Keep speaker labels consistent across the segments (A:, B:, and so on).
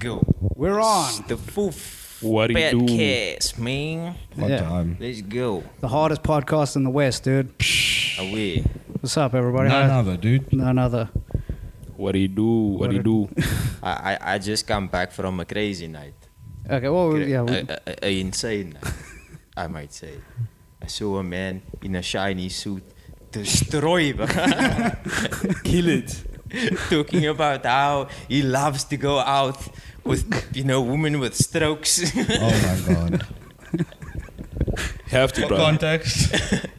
A: go.
B: We're
A: It's
B: on.
A: the foof.
C: What do you Um, do?
A: Podcast, man.
D: What
B: Yeah.
D: time?
A: Let's go.
B: The hardest podcast in the West, dude.
A: Are we?
B: What's up, everybody?
D: None
B: How-
D: other, dude.
B: None other.
C: What do you do? What do you do?
A: I, I I just come back from a crazy night.
B: Okay, well, yeah.
A: a,
B: We,
A: a- a- a insane night, I might say. I saw a man in a shiny suit destroy the-
C: Kill it.
A: talking about how he loves to go out with you know women with strokes.
D: Oh my god.
C: Have to, bro.
D: context?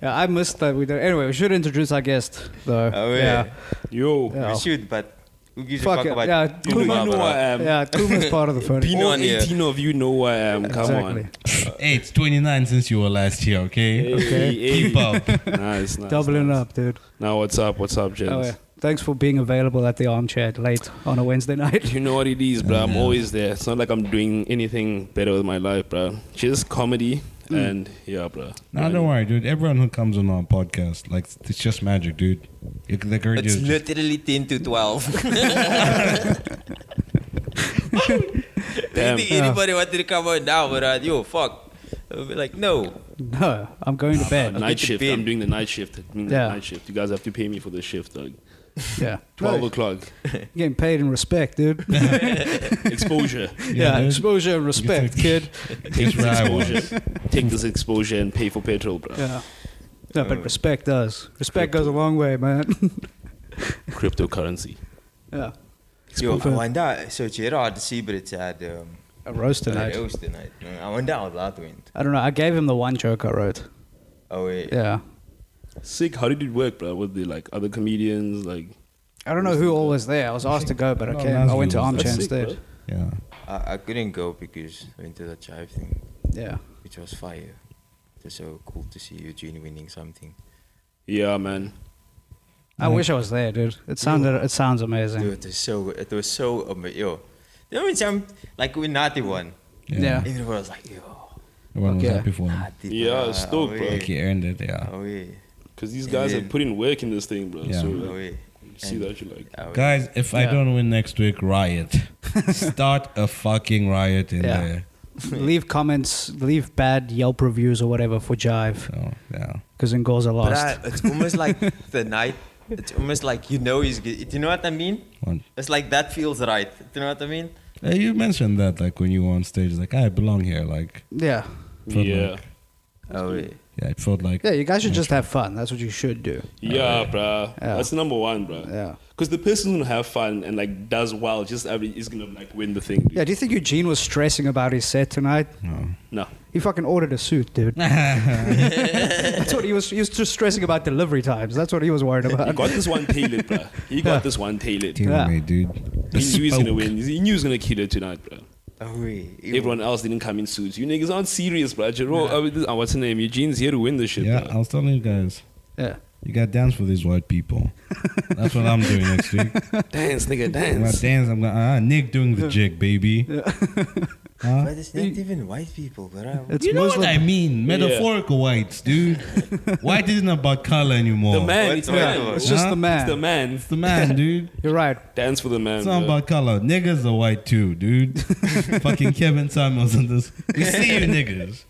B: yeah, I missed that. We don't. Anyway, we should introduce our guest, though.
A: Oh, yeah.
B: yeah.
C: Yo.
B: Yeah.
A: we should, but who gives
B: Fuck
A: a fuck
B: it,
A: about
B: yeah,
A: Tulu,
C: You know
A: bro?
C: who I am.
B: yeah, Tuma's part of the furniture.
A: Pino
C: All
A: on here.
C: 18 of you know who I am. Come
B: Exactly.
C: on.
D: hey, it's 29 since you were last here, okay?
C: Hey,
D: Keep
C: hey.
D: up.
C: Nice, nice.
B: Doubling
C: nice.
B: up, dude.
C: Now, what's up? What's up, gents?
B: Oh, yeah. Thanks for being available at the armchair late on a Wednesday night.
C: You know what it is, bro. I'm always there. It's not like I'm doing anything better with my life, bro. Just comedy and yeah, bro.
D: No, don't worry, dude. Everyone who comes on our podcast, like, it's just magic, dude. You, the courage
A: It's
D: is just,
A: literally 10 to 12. Do you
C: Damn.
A: think anybody wanted to come out now without, yo, fuck? I'll be like, no.
B: No, I'm going to bed.
A: Get
C: Night
A: to
C: shift.
A: bed.
C: I'm doing the night shift. I'm doing the
B: Yeah.
C: night shift. You guys have to pay me for the shift, dog.
B: Yeah.
C: 12
B: No,
C: o'clock.
B: Getting paid in respect, dude.
C: Exposure.
B: yeah,
D: dude.
B: exposure and respect,
D: to-
B: kid.
C: Take this
D: just where I was.
C: exposure. Take this exposure and pay for petrol, bro.
B: Yeah. No, but respect does. Uh, Respect goes a long way, man.
C: Cryptocurrency.
B: yeah.
A: Yo, I
B: Exposure.
A: wonder, so Gerard Siebert had um,
B: A roast
A: tonight.
B: tonight.
A: tonight. Mm, I wonder how that went.
B: I don't know. I gave him the one joke I wrote.
A: Oh, wait.
B: Yeah.
C: Sick. How did it work, bro? Were there like other comedians? Like,
B: I don't know who all was there. I was asked to go, but I
D: No,
B: came.
D: Nazmi
B: I went to
D: was
B: armchair
C: that's sick,
B: instead.
C: bro.
D: Yeah.
A: I, I couldn't go because I went to that jive thing,
B: Yeah.
A: which was fire. It was so cool to see Eugene winning something.
C: Yeah, man.
B: I wish I was there, dude. It sounded. It sounds amazing.
A: Dude, it was so, it was so, ama- yo. You know when some, like when Nati won,
B: Yeah.
A: everyone was like, yo,
D: Everyone
B: Okay.
D: was happy for him.
A: Nati.
C: Yeah, it's dope, bro.
A: ah, away,
D: He earned it,
C: Oh,
D: yeah.
A: away,
C: Because these
A: And
C: guys
A: then-
C: have put in work in this thing, bro.
D: Yeah.
C: So
D: Oh,
C: like,
A: away.
C: you see
A: And-
C: that you like.
A: away.
D: Guys, if I
B: Yeah.
D: don't win next week, riot. Start a fucking riot in
B: Yeah.
D: there.
B: Leave comments. Leave bad Yelp reviews or whatever for Jive
D: So, Oh, yeah.
B: because Ngoza
A: But
B: lost.
C: uh,
A: I- it's almost like the night. It's almost like you know he's. g- Do you know what I mean?
D: One.
A: It's like that feels right. Do you know what I mean?
D: Hey, you mentioned that, like, when you were on stage, like, I belong here. Like,
B: yeah.
D: felt
C: Yeah.
D: like-
A: Oh, wait.
D: yeah, it felt like.
B: Yeah. You guys should just have fun. That's what you should do.
C: Yeah, bruh.
B: Yeah.
C: That's number one, bruh.
B: Yeah.
C: Because the person who have fun and like does well, just every is gonna like win the thing. Dude.
B: Yeah. Do you think Eugene was stressing about his set tonight?
C: No.
B: He fucking ordered a suit, dude. That's what he was. He was just stressing about delivery times. That's what he was worried
C: He
B: about.
C: got this one tailored, bruh. He got
B: Yeah.
C: this one tailored.
D: Deal
B: Yeah.
D: with me, dude.
C: He knew he was gonna
D: Bespoke.
C: win. He knew he was gonna kill it tonight, bruh.
A: Oh, wait. Ew.
C: Everyone else didn't come in suits. You niggas aren't serious, bruh. Jerome, uh, this- uh, what's her name? Eugene's here to win this shit,
D: Yeah,
C: bruh.
D: I was telling you guys,
B: Yeah.
D: you got dance for these white people. That's what I'm doing next week.
C: Dance, nigga,
D: I'm gonna
C: dance.
D: dance. I'm gonna uh, Nick doing the jig, baby. Huh?
A: But it's not even white people, bro.
B: It's
D: you know
B: Muslim.
D: what I mean?
C: Yeah.
D: Metaphorical whites, dude. White isn't about color anymore.
C: The man,
A: What?
C: it's,
A: What?
C: man.
A: What?
B: It's just
D: Huh?
B: the man.
C: It's the man.
D: It's the man, dude.
B: You're right.
C: Dance for the man.
D: It's not
C: bruh.
D: about color. Niggas are white too, dude. Fucking Kevin Samuels in this. We see you, niggas.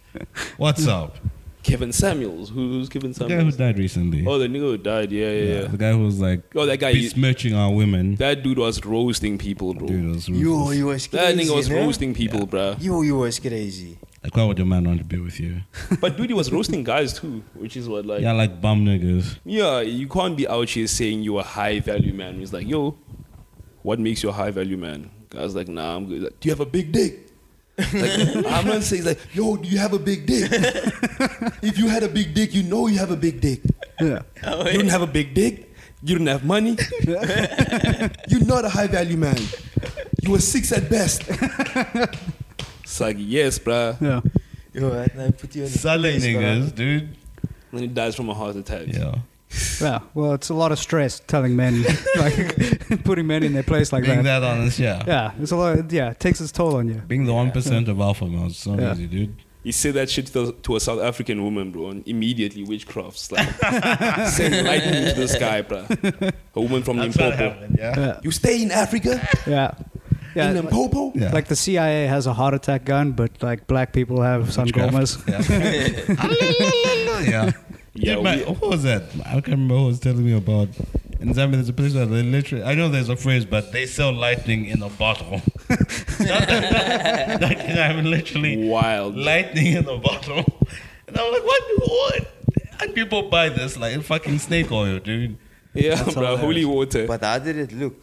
D: What's up?
C: Kevin Samuels. Who, who's Kevin
D: The guy who
C: Samuels?
D: died recently.
C: Oh, the nigga who died. Yeah, yeah, yeah.
D: The guy who was like
C: Oh, that guy. he-
D: besmirching our women.
C: that dude was roasting people, bro.
D: Dude, it was
A: Yo,
D: ruthless.
A: you was crazy.
C: That nigga was
A: no?
C: roasting people, bruh.
A: Yo, you was crazy.
D: Like, why would your man want to be with you?
C: But dude, he was roasting guys too, which is what like.
D: Yeah,
C: Yeah.
D: like bum niggas.
C: you can't be out here saying you're a high value man. He's like, yo, what makes you a high value man? Guys like, nah, I'm good. He's Like, do you have a big dick? Like, I'm not saying he's like, yo, do you have a big dick? if you had a big dick, you know you have a big dick.
B: Yeah.
C: You don't have a big dick. You don't have money. You're not a high value man. You were six at best. it's like, yes, bruh.
B: Yeah.
A: Yo, and I put you on the
D: Selling
A: place, bruh.
D: niggas, dude.
C: And he dies from a heart attack.
D: Yeah.
B: Yeah. Well, it's a lot of stress telling men, like putting men in their place like
D: Being
B: that.
D: that honest, yeah.
B: Yeah. It's a lot. yeah. It takes its toll on you.
D: Being the one percent of alpha males, it's not
B: Yeah.
D: easy, dude.
C: He said that shit to, to a South African woman, bro, and immediately witchcrafts. Like, send lightning to the sky, bruh. A woman from Limpopo.
D: yeah.
B: Yeah.
C: You stay in Africa?
B: Yeah. Yeah,
C: in them
B: like-
C: popo.
D: Yeah.
B: Like the CIA has a heart attack gun, but like black people have
D: Witchcraft.
B: sangomas.
D: Yeah. yeah.
C: Yeah,
D: Dude, my-
C: we-
D: what was that? I can't remember who was telling me about. In Zambia, there's a place where they literally, I know there's a phrase, but they sell lightning in a bottle. like, I mean, literally,
C: Wild.
D: lightning in a bottle. And I'm like, what? What? And people buy this, like, fucking snake oil, dude.
C: Yeah,
B: That's
C: bro,
B: hilarious.
C: holy water.
A: But how did it look?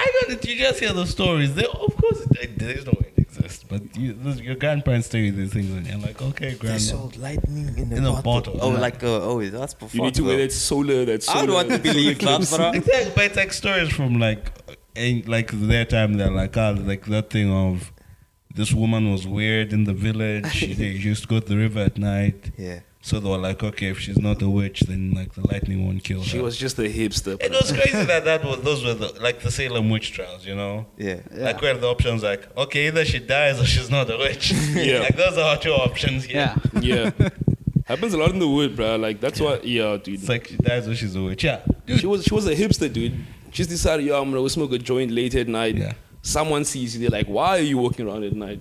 D: I know that you just hear the stories. They, of course, it, there's no way it exists. But you, this, your grandparents tell you these things, and you're like, okay,
A: They
D: grandma.
A: sold lightning in a,
D: In a
A: bottle.
D: bottle,
A: Oh,
D: yeah.
A: like, uh, oh, that's before.
C: you need to
A: bro.
C: wear that solar. That solar.
A: I don't want to believe that, bro.
D: Exactly, but it's like stories from like, in, like their time. They're like, ah, like that thing of this woman was weird in the village. she, they used to go to the river at night.
A: Yeah.
D: So they were like, okay, if she's not a witch, then like the lightning won't kill her.
C: She was just a hipster.
D: It was crazy that that was those were the, like the Salem witch trials, you know.
A: Yeah.
D: Like where the options like okay either she dies or she's not a witch.
C: Yeah.
D: like those are our two options. Yeah.
C: yeah, happens a lot in the wood, bro. Like that's why. Yeah, dude.
D: It's like she dies or she's a witch. Yeah. Dude.
C: She was she was a hipster, dude. She's decided, yo, I'm gonna go smoke a joint late at night.
D: Yeah.
C: Someone sees you, they're like, why are you walking around at night?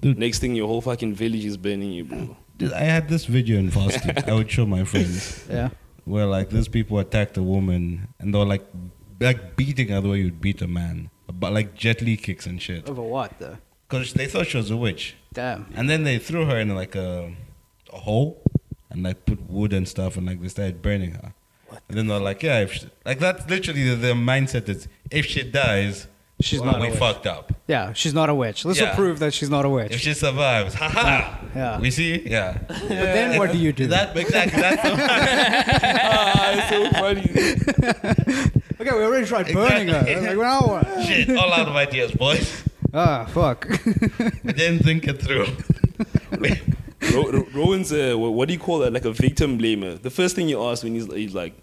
D: Dude.
C: Next thing, your whole fucking village is burning you, bro.
D: Dude, I had this video in fasting. I would show my friends
B: Yeah.
D: where like these people attacked a woman and they were like like beating her the way you'd beat a man, but like jet Li kicks and shit.
B: Over what though?
D: Cause they thought she was a witch.
B: Damn.
D: And then they threw her in like a, a hole and like put wood and stuff and like they started burning her. And then they're like, yeah, if she, like that's literally the, their mindset is if she dies,
B: She's
D: well,
B: not a
D: we
B: witch.
D: fucked up.
B: Yeah, she's not a witch. Let's
D: Yeah.
B: prove that she's not a
D: If
B: witch.
D: she survives, haha.
B: Yeah.
D: We see, yeah.
B: But then what do you Ah. do?
D: That exactly. That's
C: ah, it's so funny.
B: Okay, we already tried burning her.
D: Exactly.
B: Like, well, what?
D: shit. All out of ideas, boys.
B: Ah, fuck.
D: We didn't think it through. We-
C: Ro- Ro- Rowan's, uh, wha- what do you call that? Like a victim blamer. The first thing you ask when he's, he's like,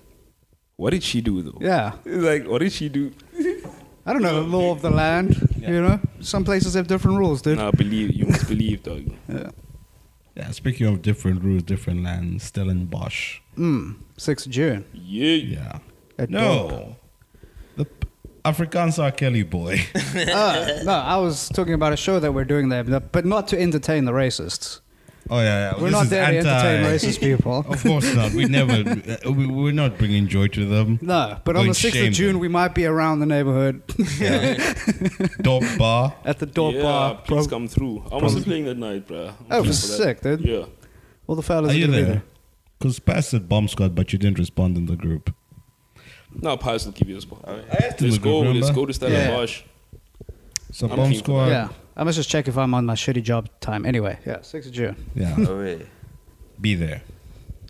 C: what did she do though?
B: yeah.
C: He's like, what did she do?
B: I don't know the law of the land. You know, some places have different rules, dude.
C: Nah, believe you must believe, dog.
D: yeah. Speaking of different rules, different lands, still in Bosch.
B: Mm. 6th June.
C: Yeah.
D: Yeah.
B: At
D: no. The P- Afrikaans R. Kelly boy.
B: Uh, no, I was talking about a show that we're doing there, but- but not to entertain the racists.
D: Oh yeah, yeah.
B: We're
D: This
B: not
D: is
B: there to entertain racist people.
D: Of course not. We never. uh, we, we're not bringing joy to them.
B: No, but
D: Going
B: on the
D: to
B: 6th
D: shame
B: of June,
D: them.
B: we might be around the neighborhood
D: Yeah. Dog bar.
B: at the door
C: yeah,
B: bar.
C: please
B: Prob-
C: come through. I was playing that night, bro.
B: uh, Oh, for sick, dude.
C: Yeah.
B: All the fellas
D: Are you
B: gonna be
D: there? Because Pass said bomb squad, but you didn't respond in the group.
C: Now Pius will give you a spot.
D: in
C: Let's
D: the group,
C: go. Let's
D: remember?
C: go to Stella
B: Yeah.
C: Bosch.
D: So
C: I'm
D: bomb
C: keen for
D: squad.
B: Yeah, I must just check if I'm on my shitty job time. Anyway, yeah, 6th of June.
D: Yeah.
A: Oh, yeah.
D: Be there.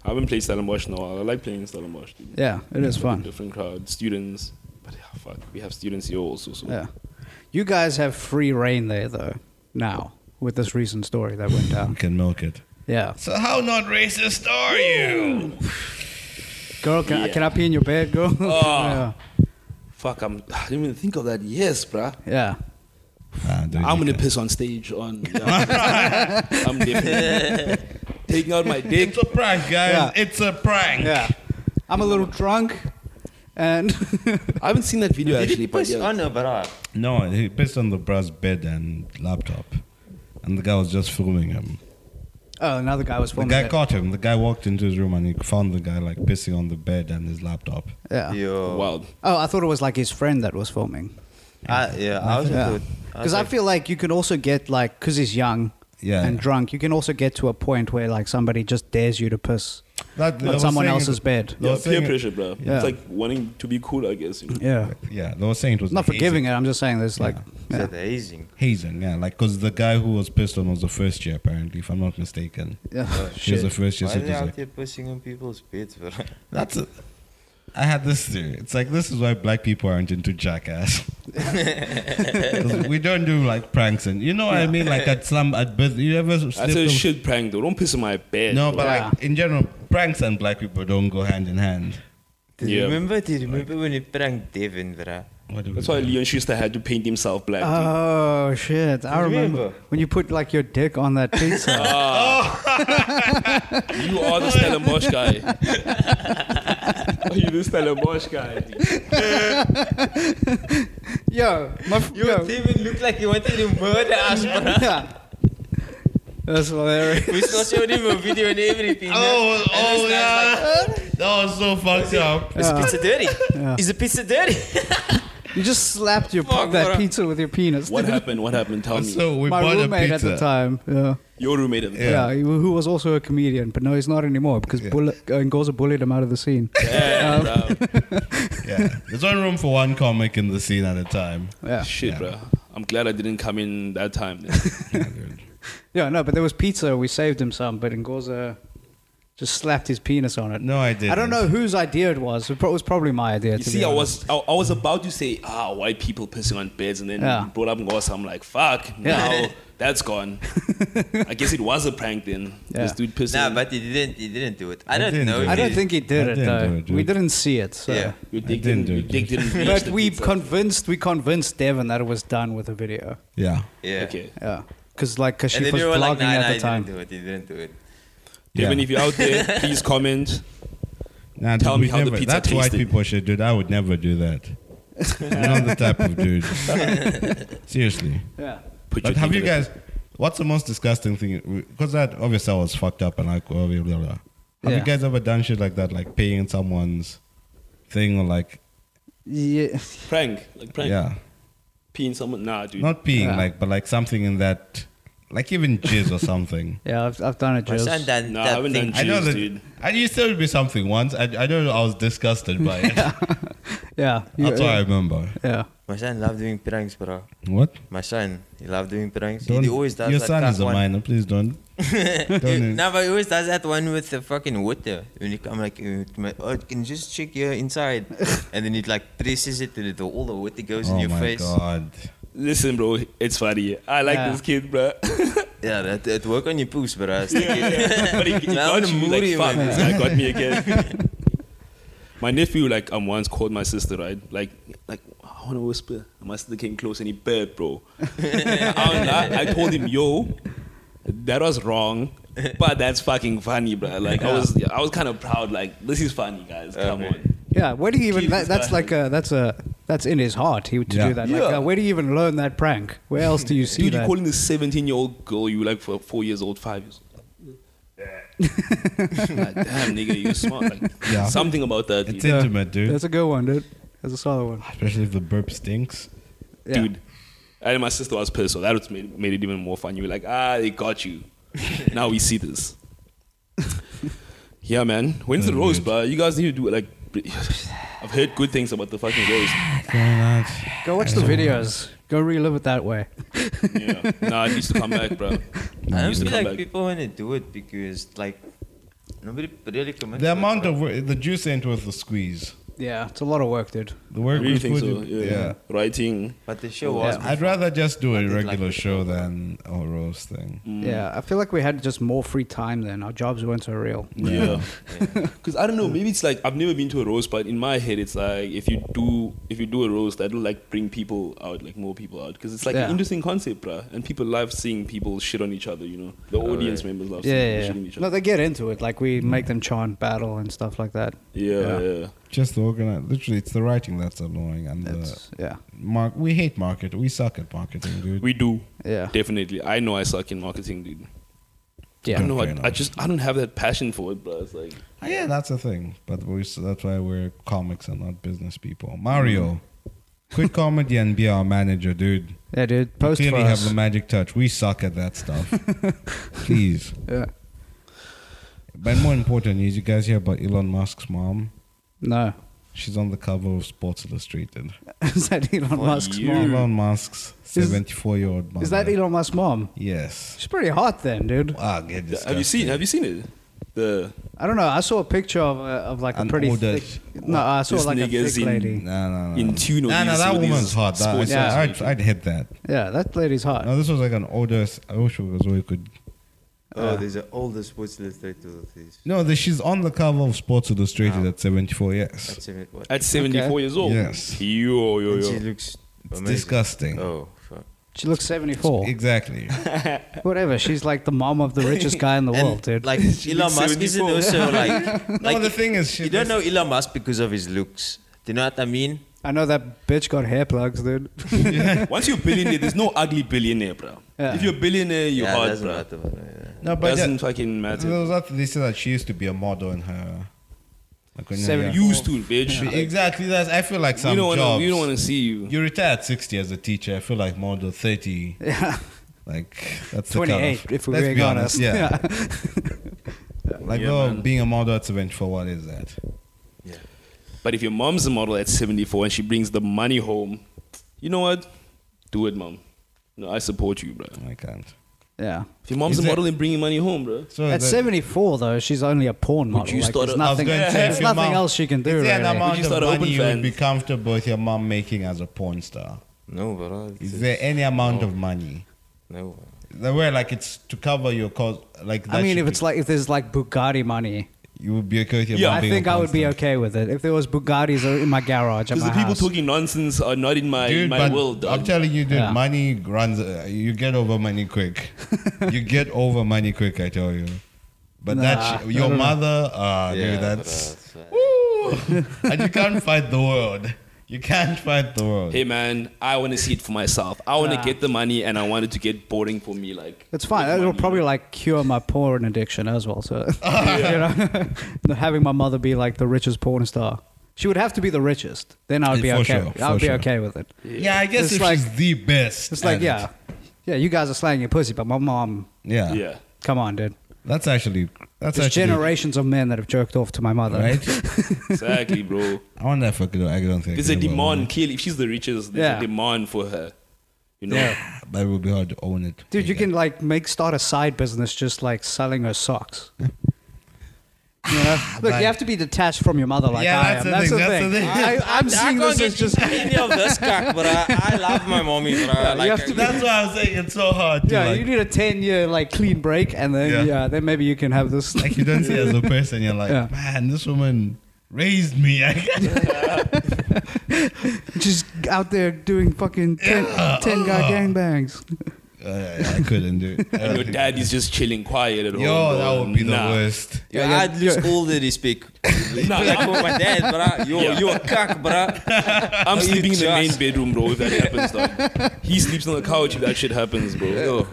C: I haven't played Stellenbosch now. I like playing Stellenbosch. Dude.
B: Yeah, it is fun.
C: Different crowd, students. But yeah, fuck, we have students here also. So
B: Yeah. You guys have free reign there, though, now, with this recent story that went
D: We
B: down.
D: can milk it.
B: Yeah.
D: So how not racist are you?
B: Girl, can,
C: Yeah.
B: can I pee in your bed, girl?
C: Ah. fuck, I'm. I didn't even think of that. Yes, bruh.
B: yeah. yeah.
D: Ah, dude,
C: I'm
D: you
C: gonna
D: can-
C: piss on stage. On. I'm different. Taking out my dick.
D: It's a prank, guys.
B: Yeah.
D: It's a prank.
B: Yeah. I'm a little drunk, and
C: I haven't seen that video
A: Did
C: actually,
A: it
C: but
A: push Oh,
C: yeah.
A: on her bra?
D: No, he pissed on the bra's bed and laptop, and the guy was just filming him.
B: oh, another guy was
D: The
B: filming.
D: guy
B: it.
D: caught him. The guy walked into his room and he found the guy like pissing on the bed and his laptop.
B: Yeah.
A: Yo.
C: Wild.
B: Oh, I thought it was like his friend that was filming.
A: I, yeah, I was
B: Yeah.
A: good.
B: Because I feel like you can also get like, because he's young
D: Yeah.
B: and drunk, you can also get to a point where like somebody just dares you to piss
D: That, they
B: on
D: were
B: someone
D: saying-
B: else's bed.
D: They were
C: Yeah, peer
D: saying-
C: pressure, bruh.
B: Yeah.
C: It's like wanting to be cool, I guess. You know?
B: Yeah.
D: Yeah, they were saying it was
B: Not
D: like
B: forgiving it. I'm just saying there's like,
A: Is
B: yeah.
A: that hazing?
D: hazing. Yeah, like because the guy who was pissed on was the first year apparently, if I'm not mistaken.
B: yeah.
D: She was the
B: Shit.
D: first year.
A: Why
D: So
A: are
D: it was
A: they out
D: like,
A: here pushing on people's beds, bro?
D: that's. A, I had this theory. It's like this is why black people aren't into jackass. 'Cause we don't do like pranks and you know what I mean. Like at slum at birth, you ever
C: That's
D: slept
C: a
D: on-
C: shit prank, though. Don't piss on my bed.
D: No, but
B: Yeah.
D: like in general, pranks and black people don't go hand in hand.
A: Do
C: Yeah.
A: you remember? Do you remember when he pranked Devin, bro?
D: What do we
C: That's why
D: do?
C: Leon Schuster had to paint himself black. dude.
B: Oh shit! I
A: you
B: remember,
A: remember?
B: when you put like your dick on that pizza.
C: You are the Stellenbosch guy. you this Telemosh guy?
B: Yo, my f-
A: You
B: yo.
A: don't even look like you wanted to murder us, bro.
B: Yeah. That's hilarious.
A: We still showed him a video and everything. yeah.
D: Oh, oh,
A: And this guy's
D: yeah. that was so fucked up.
A: Like, is the
B: Yeah.
A: pizza dirty?
B: Yeah.
A: Is the pizza dirty?
B: You just slapped your
A: Fuck,
B: that
A: bro.
B: pizza with your penis.
C: What happened? What happened? Tell me.
D: So we
B: My
D: bought a
B: roommate
D: pizza.
B: at the time. Yeah.
C: Your roommate at the
D: Yeah.
C: time.
B: Yeah, he- who was also a comedian, but no, he's not anymore because
D: Yeah.
B: Bull- uh, Ngozi bullied him out of the scene.
C: Yeah,
D: Yeah. There's only room for one comic in the scene at a time.
C: bruh.
B: Yeah,
C: Shit,
D: Yeah.
C: bro. I'm glad I didn't come in that time. then.
B: yeah, no, but there was pizza. We saved him some, but Ngozi just slapped his penis on it.
D: No, I didn't.
B: I don't know whose idea it was. It pro- was probably my idea.
C: You
B: to
C: see,
B: be
C: I
B: honest.
C: was I, I was about to say, ah, white people pissing on beds, and then
B: Yeah.
C: you brought up Ngozi. I'm like, fuck,
B: Yeah.
C: now that's gone. I guess it was a prank then.
B: Yeah.
C: This dude pissing.
A: nah, but he didn't. He didn't do it. I
D: He
A: don't
D: didn't
A: know.
D: do
A: if
D: it.
B: I don't
A: he-
B: think he did
D: I
B: it
D: didn't
B: though.
D: do it, dude.
B: we didn't see it. So.
A: Yeah.
C: your
D: I
C: dick
D: didn't
C: didn't,
D: do
C: your
D: it,
C: dick didn't reach
B: But
C: the
B: we
C: pizza.
B: convinced we convinced Devon that it was done with a video.
D: Yeah.
A: Yeah.
C: Okay.
B: Yeah, because like cause
A: And
B: she
A: then
B: was
A: you were
B: vlogging
A: like, nah,
B: at
A: nah,
B: the
A: he
B: time.
A: didn't do it. He didn't do it.
C: Devin,
D: Yeah.
C: if you're out there, please comment.
D: Nah,
C: Tell
D: dude,
C: me
D: we
C: how the
D: never-
C: pizza
D: That's white
C: tasted.
D: people shit, dude. I would never do that. I'm not the type of dude. Seriously.
B: Yeah.
C: Put your
D: But have
C: dick
D: you
C: in it.
D: guys? What's the most disgusting thing? Because that obviously I was fucked up and like blah, blah, blah, blah. Have
B: Yeah.
D: you guys ever done shit like that, like paying someone's thing or like
B: Yeah.
C: prank, like prank,
D: yeah,
C: peeing someone? Nah, dude.
D: not peeing
B: Yeah.
D: like, but like something in that, like even jizz or something.
B: Yeah, I've, I've done it,
A: My son
B: Jules.
A: done
C: No, I
A: that
C: haven't
A: thing.
C: done
D: I know
C: Jizz,
D: that.
C: dude.
D: I used to be something once. I, I don't know. I was disgusted by it.
B: Yeah. you-
D: That's what I remember.
B: Yeah.
A: My son loved doing pranks, bro.
D: What?
A: My son, he loved doing pranks.
D: Don't-
A: he always does
D: your
A: that
D: son
A: that
D: is a
A: one.
D: minor. Please don't. don't
A: No, but he always does that one with the fucking water. When you come like, uh, my- oh, can you just check your inside, and then it like presses it, and it, all the water goes in
D: oh
A: your
D: my
A: face.
D: god.
C: Listen, bro, it's funny. I like
B: Yeah.
C: this kid, bro.
A: Yeah, that, that work on your poos, bro. Stick it.
C: but he, he
A: Now
C: got
A: I'm
C: you, like,
A: moody,
C: fuck,
A: man.
C: this guy got me again. my nephew, like, um, once called my sister, right? Like, like I want to whisper. And my sister came close and he burped, bro. And I, I told him, yo, that was wrong, but that's fucking funny, bro. Like, I was, I was kind of proud. Like, this is funny, guys. Come
A: Okay.
C: on.
B: Yeah. Where do you even?
C: Keep
B: That,
C: his
B: that's
C: hand.
B: like a. That's a. That's in his heart. He would to
D: Yeah.
B: do that. Like,
C: Yeah.
B: uh, where do you even learn that prank? Where else do you see
C: Dude,
B: that?
C: you're calling this 17 year old girl you like for four years old, five years old. like, damn, nigga, you smart. Like,
D: Yeah.
C: Something about that,
D: It's
C: dude.
D: intimate, dude.
B: That's a good one, dude. That's a solid one.
D: Especially if the burp stinks.
B: Yeah.
C: dude. And my sister was pissed, so that was made, made it even more fun. You were like, ah, they got you. now we see this. yeah, man. When's the roast, bro? You guys need to do it. Like, I've heard good things about the fucking roast.
B: Go watch the videos. Go relive it that way.
C: Yeah. Nah, it needs to come back, bro.
A: I
C: It
A: don't
C: needs to
A: feel
C: come
A: like
C: back.
A: people want to do it because like nobody really commits.
D: The
A: to it,
D: amount
A: bro.
D: of wor- the juice ain't worth the squeeze.
B: Yeah, it's a lot of work, dude.
D: The work
C: Really
D: we
C: think
D: put
C: so?
D: in-
C: Yeah.
D: yeah.
C: Writing.
A: but the show
B: Yeah.
A: was.
D: I'd rather just do a
A: did like Mm.
D: regular
A: the
D: show than a roast thing.
C: Mm.
B: Yeah, I feel like we had just more free time then. Our jobs weren't so real.
C: Yeah. Because I don't know, maybe it's like I've never been to a roast, but in my head it's like if you do if you do a roast, that'll like bring people out, like more people out, because it's like
B: Yeah.
C: an interesting concept, bruh. And people love seeing people shit on each other, you know. The
A: Oh,
C: audience
A: yeah.
C: members love
B: Yeah,
C: seeing
B: yeah,
C: people
B: yeah.
C: shitting each
B: No,
C: other.
B: they get into it. Like we make them chant, battle, and stuff like that.
C: Mm. yeah, yeah,
D: Just the organize. Literally, it's the writing that's annoying, and
B: That's
D: the
B: yeah,
D: mark. We hate market. We suck at marketing, dude.
C: We do
B: yeah,
C: definitely. I know I suck in marketing, dude. I
B: yeah. Oh,
C: don't know.
D: Fair
C: I,
D: enough.
C: I just I don't have that passion for it, bruh. It's like
D: Ah, yeah, that's the thing. But we, so that's why we're comics and not business people. Mario, quit comedy and be our manager, dude.
B: Mm. Yeah, dude. Post
D: you
B: for
D: clearly have
B: us.
D: the magic touch. We suck at that stuff. Please.
B: Yeah.
D: But more important is you guys hear about Elon Musk's mom.
B: No.
D: She's on the cover of Sports Illustrated.
B: Is that Elon Musk's
C: you.
B: mom?
D: Elon Musk's seventy-four-year-old mother.
B: Is that Elon Musk's mom?
D: Yes.
B: She's pretty hot then, dude.
D: Ah, get disgusted.
C: have you seen have you seen it? The
B: I don't know. I saw a picture of, uh, of like a
D: An
B: pretty
D: older-
B: thick. No, Uh, I saw
C: This
B: like a
C: nigga's
B: thick
C: in-
B: lady.
D: No, no, no.
C: in tune or
D: Nah, nah,
C: these-
D: that
C: with these
D: woman's hot. That, I,
C: sports
B: Yeah.
D: I'd, I'd hit that.
B: Yeah, that lady's hot.
D: No, this was like an older. s- I wish it was we could.
A: Oh, there's an older sports illustrator that is.
D: No, the, she's on the cover of Sports Illustrated at 74. Yes.
A: That's it. What?
C: at seventy four years old.
D: Yes.
C: Yo yo
A: And she
C: yo.
A: looks.
D: It's
A: amazing.
D: disgusting.
A: Oh fuck.
B: She looks 74.
D: Exactly.
B: Whatever. She's like the mom of the richest guy in the
A: And,
B: world, dude.
A: Like Elon Musk isn't
C: 74.
A: also like,
D: No,
A: like
D: the thing is, she-
A: you don't know Elon Musk because of his looks. Do you know what I mean?
B: I know that bitch got hair plugs, dude.
C: Once you're a billionaire, there's no ugly billionaire, bro.
B: Yeah.
C: If you're a billionaire, you're
A: yeah, it
C: hard,
A: doesn't
C: bro.
A: matter, yeah.
D: No, but
C: Doesn't
D: yeah,
C: fucking matter.
D: there was that- they said that she used to be a model in her. Like when you-
B: Seven-
D: yeah.
C: Used to, bitch.
D: She-
C: Like,
D: Exactly. That's. I feel like
C: we
D: some
C: don't want
D: jobs.
C: to. We don't want to see you.
D: You retire at sixty as a teacher. I feel like model thirty.
B: yeah.
D: Like that's the kind of-
B: 28, if we're
D: let's
B: being
D: be
B: honest.
D: Yeah.
B: Yeah.
D: Like
C: Yeah,
D: oh,
C: man.
D: being a model at seventy four. What is that?
C: But if your mom's a model at 74 and she brings the money home, you know what? Do it, mom. No, I support you, bro.
D: I can't.
B: Yeah.
C: If your mom's
D: Is
C: a
D: that-
C: model and bringing money home, bro.
D: So
B: At
D: that-
B: 74, though, she's only a porn model.
C: you
B: Like,
C: start
B: there's
C: a-
D: I was
B: nothing,
D: going to say,
B: there's
D: if your
B: nothing
D: mom-
B: else she can do.
D: Is there an
B: really.
D: amount
C: you
D: of
C: start an
D: money
C: open
D: you would be
C: fans?
D: comfortable with your mom making as a porn star?
A: No, bro. it's-
D: Is there any amount of money?
A: No. bro.
D: The way like it's to cover your cost, like that
B: I mean,
D: should
B: if
D: be-
B: it's like, if there's like Bugatti money,
D: you would be okay with your
C: Yeah.
D: mom
B: I
D: being a
B: think I would be
D: porn
B: okay with it. If there was Bugattis in my garage, at
C: Because
B: my
C: the people
B: house.
C: talking nonsense are not in my,
D: star. Dude,
C: my
D: but
C: world,
D: I'm
C: dog.
D: telling you, dude,
B: Yeah.
D: money runs. Uh, you get over money quick. you get over money quick, I tell you. But
B: Nah,
D: that
B: I
D: sh- your
B: don't know.
D: mother, uh, dude,
A: bro,
D: that's
A: it's like-
D: and you can't fight the world. You can't fight the world.
C: Hey, man, I want to see it for myself. I want to
B: Nah.
C: get the money and I want it to get boring for me. Like,
B: It's fine.
C: with
B: It'll
C: money,
B: probably
C: bro.
B: like cure my porn addiction as well. So, you know, having my mother be like the richest porn star, she would have to be the richest. Then I would be
D: For
B: okay.
D: sure,
B: I would
D: for
B: be
D: sure.
B: okay with it.
D: yeah, I guess
B: It's
D: if
B: like-
D: she's the best,
B: It's like,
D: at it.
B: yeah, yeah, you guys are slaying your pussy, but my mom,
D: yeah,
C: Yeah.
B: come on, dude.
D: That's actually that's
B: There's
D: actually
B: generations of men that have jerked off to my mother.
D: right.
C: Exactly, bro.
D: I wonder if I could. I don't think I
C: There's a
D: could do it.
C: demand, clearly. If she's the richest, there's
B: Yeah.
C: a demand for her. You know?
B: Yeah.
D: But it would be hard to own it.
B: Dude, you can like make start a side business just like selling her socks. You know? Look,
D: Like-
B: you have to be detached from your mother like
D: Yeah,
B: I
D: that's
B: am.
D: the
B: That's
D: thing,
B: the
D: that's
B: thing.
D: the thing.
B: I, I'm
A: I
B: seeing
A: can't
B: this
A: get
B: as just
A: any of this cock, but I, I love my mommy, bro. Like,
B: you have to be
D: That's why I'm saying it's so hard. To
B: Yeah,
D: like,
B: you need a ten year like clean break, and then yeah,
D: Yeah.
B: then maybe you can have this.
D: like you don't see as a person. You're like,
B: Yeah.
D: man, this woman raised me.
B: Just out there doing fucking ten, 10 guy
D: Uh.
B: gangbangs.
D: Oh, I couldn't do it.
C: And your dad is just chilling quiet at home.
D: Yo,
C: bro.
D: that would be the
C: Nah.
D: worst.
A: Yo,
B: Yeah, yeah,
A: I'd lose all the respect.
C: Nah.
A: like for my dad, bro. Yo,
C: Yeah.
A: you're a cock, bro.
C: I'm
A: You
C: sleeping in the main
A: just-
C: bedroom, bro. If that happens, dog. He sleeps on the couch if that shit happens, bro. Yo.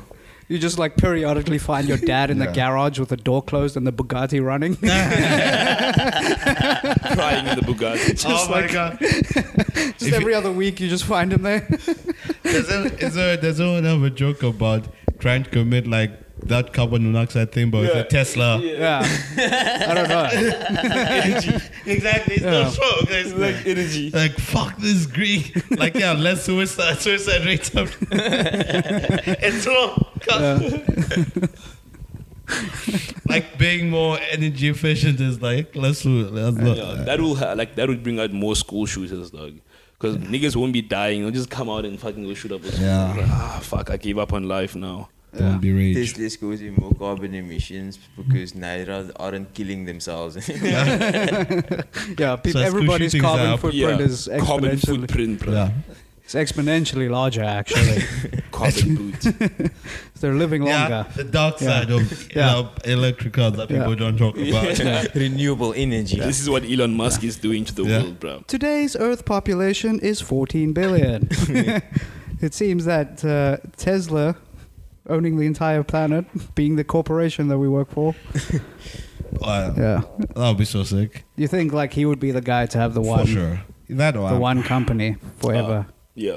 B: You just like periodically find your dad in the
D: Yeah.
B: garage with the door closed and the Bugatti running.
C: crying in the Bugatti.
B: Just like-
D: Oh god!
B: just every other week, you just find him there.
D: Does, it, is there, does anyone have a joke about trying to commit like that carbon monoxide thing, but with
C: Yeah.
D: a Tesla?
B: yeah, I don't know.
D: Exactly. It's
B: not Yeah.
D: joke. It's
C: Like energy.
D: like fuck this green. Like yeah, less suicide suicide rates up. it's wrong. like being more energy efficient is like less suicide.
C: Yeah, that will ha- like that would bring out more school shooters, dog. Because niggas won't be dying. They'll just come out and fucking go shoot up. a school.
D: Yeah.
C: Like, ah, fuck! I gave up on life now.
D: Don't be rage.
A: Tesla goes in more carbon emissions because Naira aren't killing themselves.
B: Yeah, people,
D: school
B: everybody's
D: shootings are
B: carbon
D: up.
B: footprint is
C: carbon
B: exponentially,
C: footprint, bro.
D: Yeah.
B: it's exponentially larger. Actually,
C: Carbon boot.
B: they're living longer.
D: the dark
B: Yeah.
D: side of you
B: Yeah.
D: know, electric cars that people
B: Yeah.
D: don't talk about.
A: Renewable energy.
C: This is what Elon Musk is doing to the
D: Yeah.
C: world, bro.
B: Today's Earth population is 14 billion. it seems that uh, Tesla, owning the entire planet, being the corporation that we work for,
D: Wow.
B: yeah,
D: That would be so sick.
B: you think like he would be the guy to have the one,
D: For sure. That one.
B: the one company forever?
C: Uh, yeah,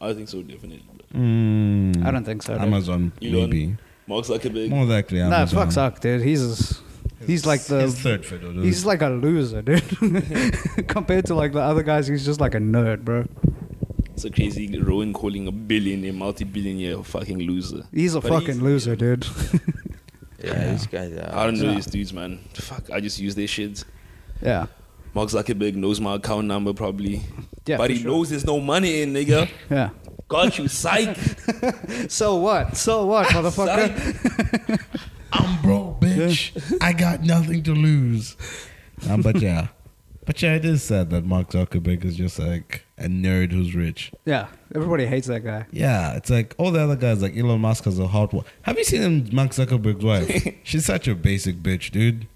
C: I think so definitely. Bro.
D: Mm,
B: I don't think so. dude.
D: Amazon,
C: Elon,
D: maybe.
C: Mark Zuckerberg.
D: More likely
B: no,
D: Amazon.
B: fuck suck, dude. He's he's like the
D: He's third fiddle. dude.
B: he's like a loser, dude. Compared to like the other guys, he's just like a nerd, bro.
C: It's a crazy Rowan calling a billionaire, multi-billionaire, a fucking loser.
B: He's a
C: But
B: fucking loser, dude.
A: Yeah, these guys are.
C: I don't know these dudes, man. Fuck, I just use their shit.
B: yeah.
C: Mark Zuckerberg knows my account number probably.
B: Yeah,
C: but
B: for
C: he
B: sure.
C: knows there's no money in, nigga.
B: Yeah.
C: Got you, psych.
B: So what? So what, motherfucker?
C: psych.
D: I'm broke, bitch. I got nothing to lose. Um, but yeah, but yeah, it is sad that Mark Zuckerberg is just like a nerd who's rich.
B: Yeah, everybody hates that guy.
D: Yeah, it's like all the other guys, like Elon Musk has a hot one. Have you seen him, Mark Zuckerberg's wife? She's such a basic bitch, dude.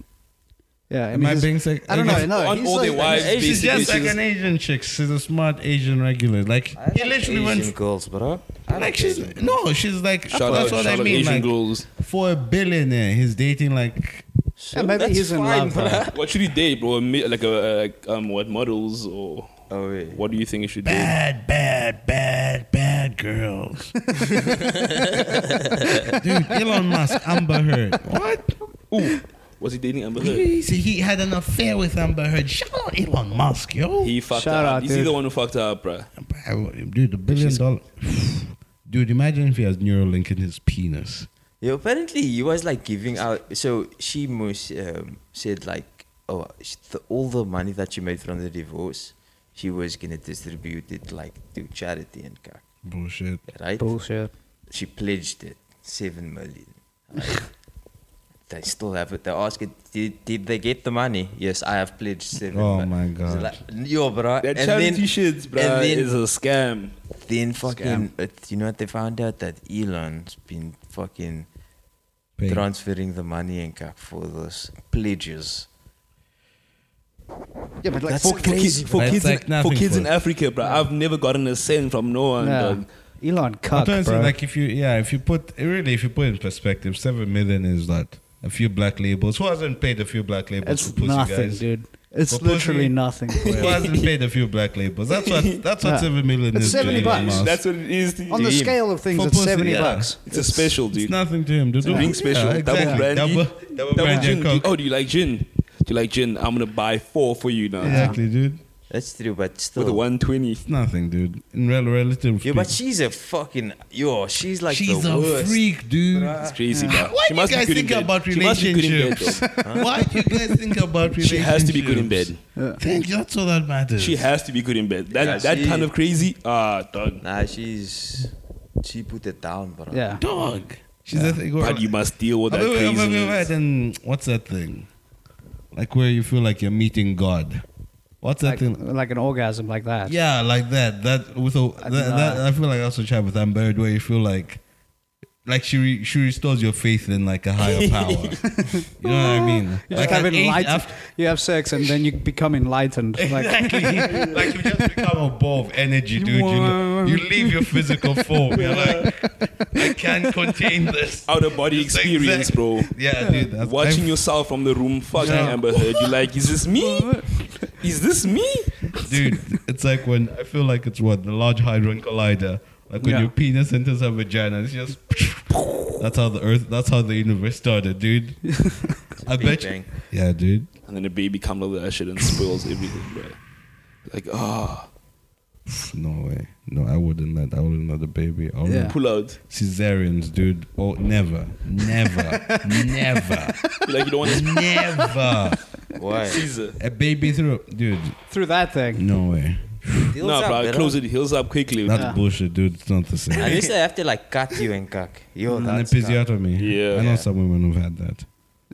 B: Yeah, I
D: Am
B: mean,
D: I
B: he's-
D: being sec-
B: I don't know.
D: Like,
B: No,
C: on
B: he's
C: all
B: like,
C: their wives,
A: Asians
D: She's
C: basically.
D: just like
C: she's-
D: an Asian chick. She's a smart Asian regular. Like he literally went.
A: Asian girls, bro.
D: like, she's no, she's like.
C: Shout
D: that's
C: out,
D: what
C: shout
D: I
C: out
D: mean.
C: Asian
D: Like,
C: girls.
D: for a billionaire, he's dating like.
B: yeah, maybe
A: That's
B: he's in
A: fine,
B: love. though.
C: What should he date, bro? A mi- Like a, uh, like um, what models or
A: Oh wait.
C: what do you think he should date?
D: Bad, bad, bad, bad girls. Dude, Elon Musk, Amber Heard. What?
C: Ooh, was he dating Amber Heard?
D: Jeez, he had an affair with Amber Heard. Shout out Elon Musk, yo.
C: He fucked
B: Shout
C: her up.
B: out,
C: He's
B: dude.
C: the one who fucked her up, bro.
D: Dude, a billion dollar. Dude, imagine if he has Neuralink in his penis.
A: Yeah, apparently he was like giving out. So she most um, said like, oh, she th- all the money that she made from the divorce, she was gonna distribute it like to charity and cock,
D: Bullshit.
A: right?
B: Bullshit.
A: She pledged it seven million. right? they still have it. They ask it, did, did they get the money? Yes, I have pledged seven.
D: Oh
A: mil-"
D: my
A: It's
D: God.
A: Like, Yo, bro.
C: That charity shits, bro,
A: and then-
C: is a scam.
A: Then fucking, it, you know what they found out that Elon's been fucking
D: Pay.
A: transferring the money and cup for those pledges.
B: Yeah, but like,
A: That's
C: for,
B: fuck
C: for kids, for
D: That's
C: kids,
D: like
C: in, for
D: nothing
C: kids
D: for-
C: in Africa, bro. I've never gotten a cent from no one.
B: Nah.
C: dog.
B: Elon
D: I'm trying
B: cuck,
D: to say,
B: bro.
D: like, if you, yeah, if you put, really, if you put in perspective, seven million is like a few black labels. Who hasn't paid a few black labels for
B: it's
D: pussy,
B: nothing,
D: guys?
B: dude. It's
D: For pussy.
B: literally nothing.
D: Who hasn't paid a few black labels? That's what, that's what
B: Yeah.
D: seven million
B: It's
D: is. to
B: 70
D: Elon
B: bucks.
D: Musk.
C: That's what it is. to
B: On the
C: him.
B: scale of things,
D: For
B: it's
D: pussy,
B: seventy
D: yeah.
B: bucks.
C: It's a special, dude.
D: It's nothing to him. They're
C: It's being special.
D: Yeah,
C: Double
D: exactly.
C: brandy.
D: Double, double brandy and
C: gin. Do-
D: coke.
C: Oh, do you like gin? Do you like gin? I'm gonna buy four for you now.
D: Exactly, dude.
A: That's true, but still.
C: With a 120.
D: It's nothing, dude. In real, relative.
A: Yeah, but
D: speak-
A: she's a fucking yo. She's like
D: she's
A: the
D: a
A: worst.
D: freak, dude.
C: It's crazy, bro.
D: Why
C: She
D: do you
C: must be
D: guys
C: good in
D: think
C: bed.
D: about
C: She must be good in bed,
D: relationships?
C: though.
D: Why do you guys think about relationships?
C: She has to be good in bed.
D: Thank you. That's all that matters.
C: She has to be good in bed. That
A: Yeah,
C: that
A: she-
C: kind of crazy. Ah, dog.
A: Nah, she's she put it down, bro.
B: Yeah.
D: dog. She's a thing.
C: But you must deal with
D: Oh,
C: that
D: wait, wait, wait, wait, wait,
C: craziness.
D: and what's that thing? Like where you feel like you're meeting God. What's that
B: Like, uh,
D: thing?
B: like an orgasm like that.
D: Yeah, like that. That with a, that, that, I feel like that's what happened with Amber Heard, where you feel like, like she re, she restores your faith in like a higher power. you know what I mean?
B: You
D: like
B: just have
D: an eight
B: enlightened.
D: after-
B: you have sex and then you become enlightened. Like,
D: exactly. like you just become a ball of energy, dude. You, you leave your physical form. You're like, I can't contain this.
C: Out of body
D: It's like
C: experience,
D: that-
C: bro.
D: Yeah, dude. That's,
C: Watching
D: I've-
C: yourself from the room, fucking
D: Yeah.
C: Amber Heard. You like, is this me? Is this me?
D: dude. It's like when I feel like it's what the Large Hadron Collider. Like when
B: Yeah.
D: your penis enters her vagina, it's just. That's how the Earth. That's how the universe started, dude. I
A: Big
D: bet. You,
A: bang.
D: yeah, dude.
C: And then the baby comes over that shit and spoils everything, bro. Like, ah,
D: No way. No, I wouldn't let. I wouldn't let the baby. I wouldn't
B: Yeah.
C: pull out.
D: Caesarians, dude. Oh, never, never, never,
C: You're like, you don't want to
D: never.
A: Why?
C: Caesar.
D: A baby through, dude.
B: through that thing.
D: No way.
A: Heels
C: Nah,
A: up,
C: bro,
A: bro.
C: close it. Heals up quickly.
D: That's
B: Yeah.
D: bullshit, dude. It's not the
A: At
D: same.
A: least they have to like cut you and cock.
C: Mm,
A: Yo,
D: An
A: that's cuck.
D: episiotomy.
C: Yeah.
D: I know
A: Yeah.
D: some women who've had that.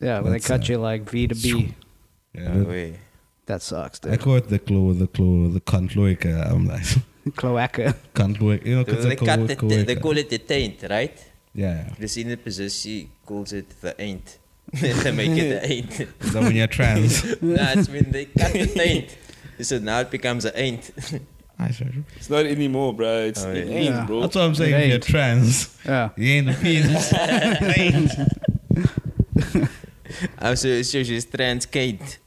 B: Yeah, where they
D: That's,
B: cut
D: uh,
B: you like V to B.
D: Yeah.
A: No
D: that-
A: way.
B: That sucks,
D: I
B: dude.
D: call it the claw, the claw, the cantloica. I'm like,
B: Cloaca.
D: cantloica. You know,
A: They,
D: because I
A: cut
D: call
A: the
D: it
A: ta- they
D: cloaca.
A: call it the taint, right?
D: Yeah. yeah.
A: This in the position calls it the ain't. they make it the ain't.
D: Is that when you're trans?
A: nah, it's when they cut the taint. So now it becomes a ain't.
D: I sorry.
C: It's not anymore, bro. It's,
A: Oh,
C: it
A: yeah.
C: ain't,
B: Yeah.
C: bro.
D: That's what I'm saying. If you're
B: ain't.
D: trans,
B: Yeah.
D: you ain't a penis.
A: I'm so so she's trans Kate.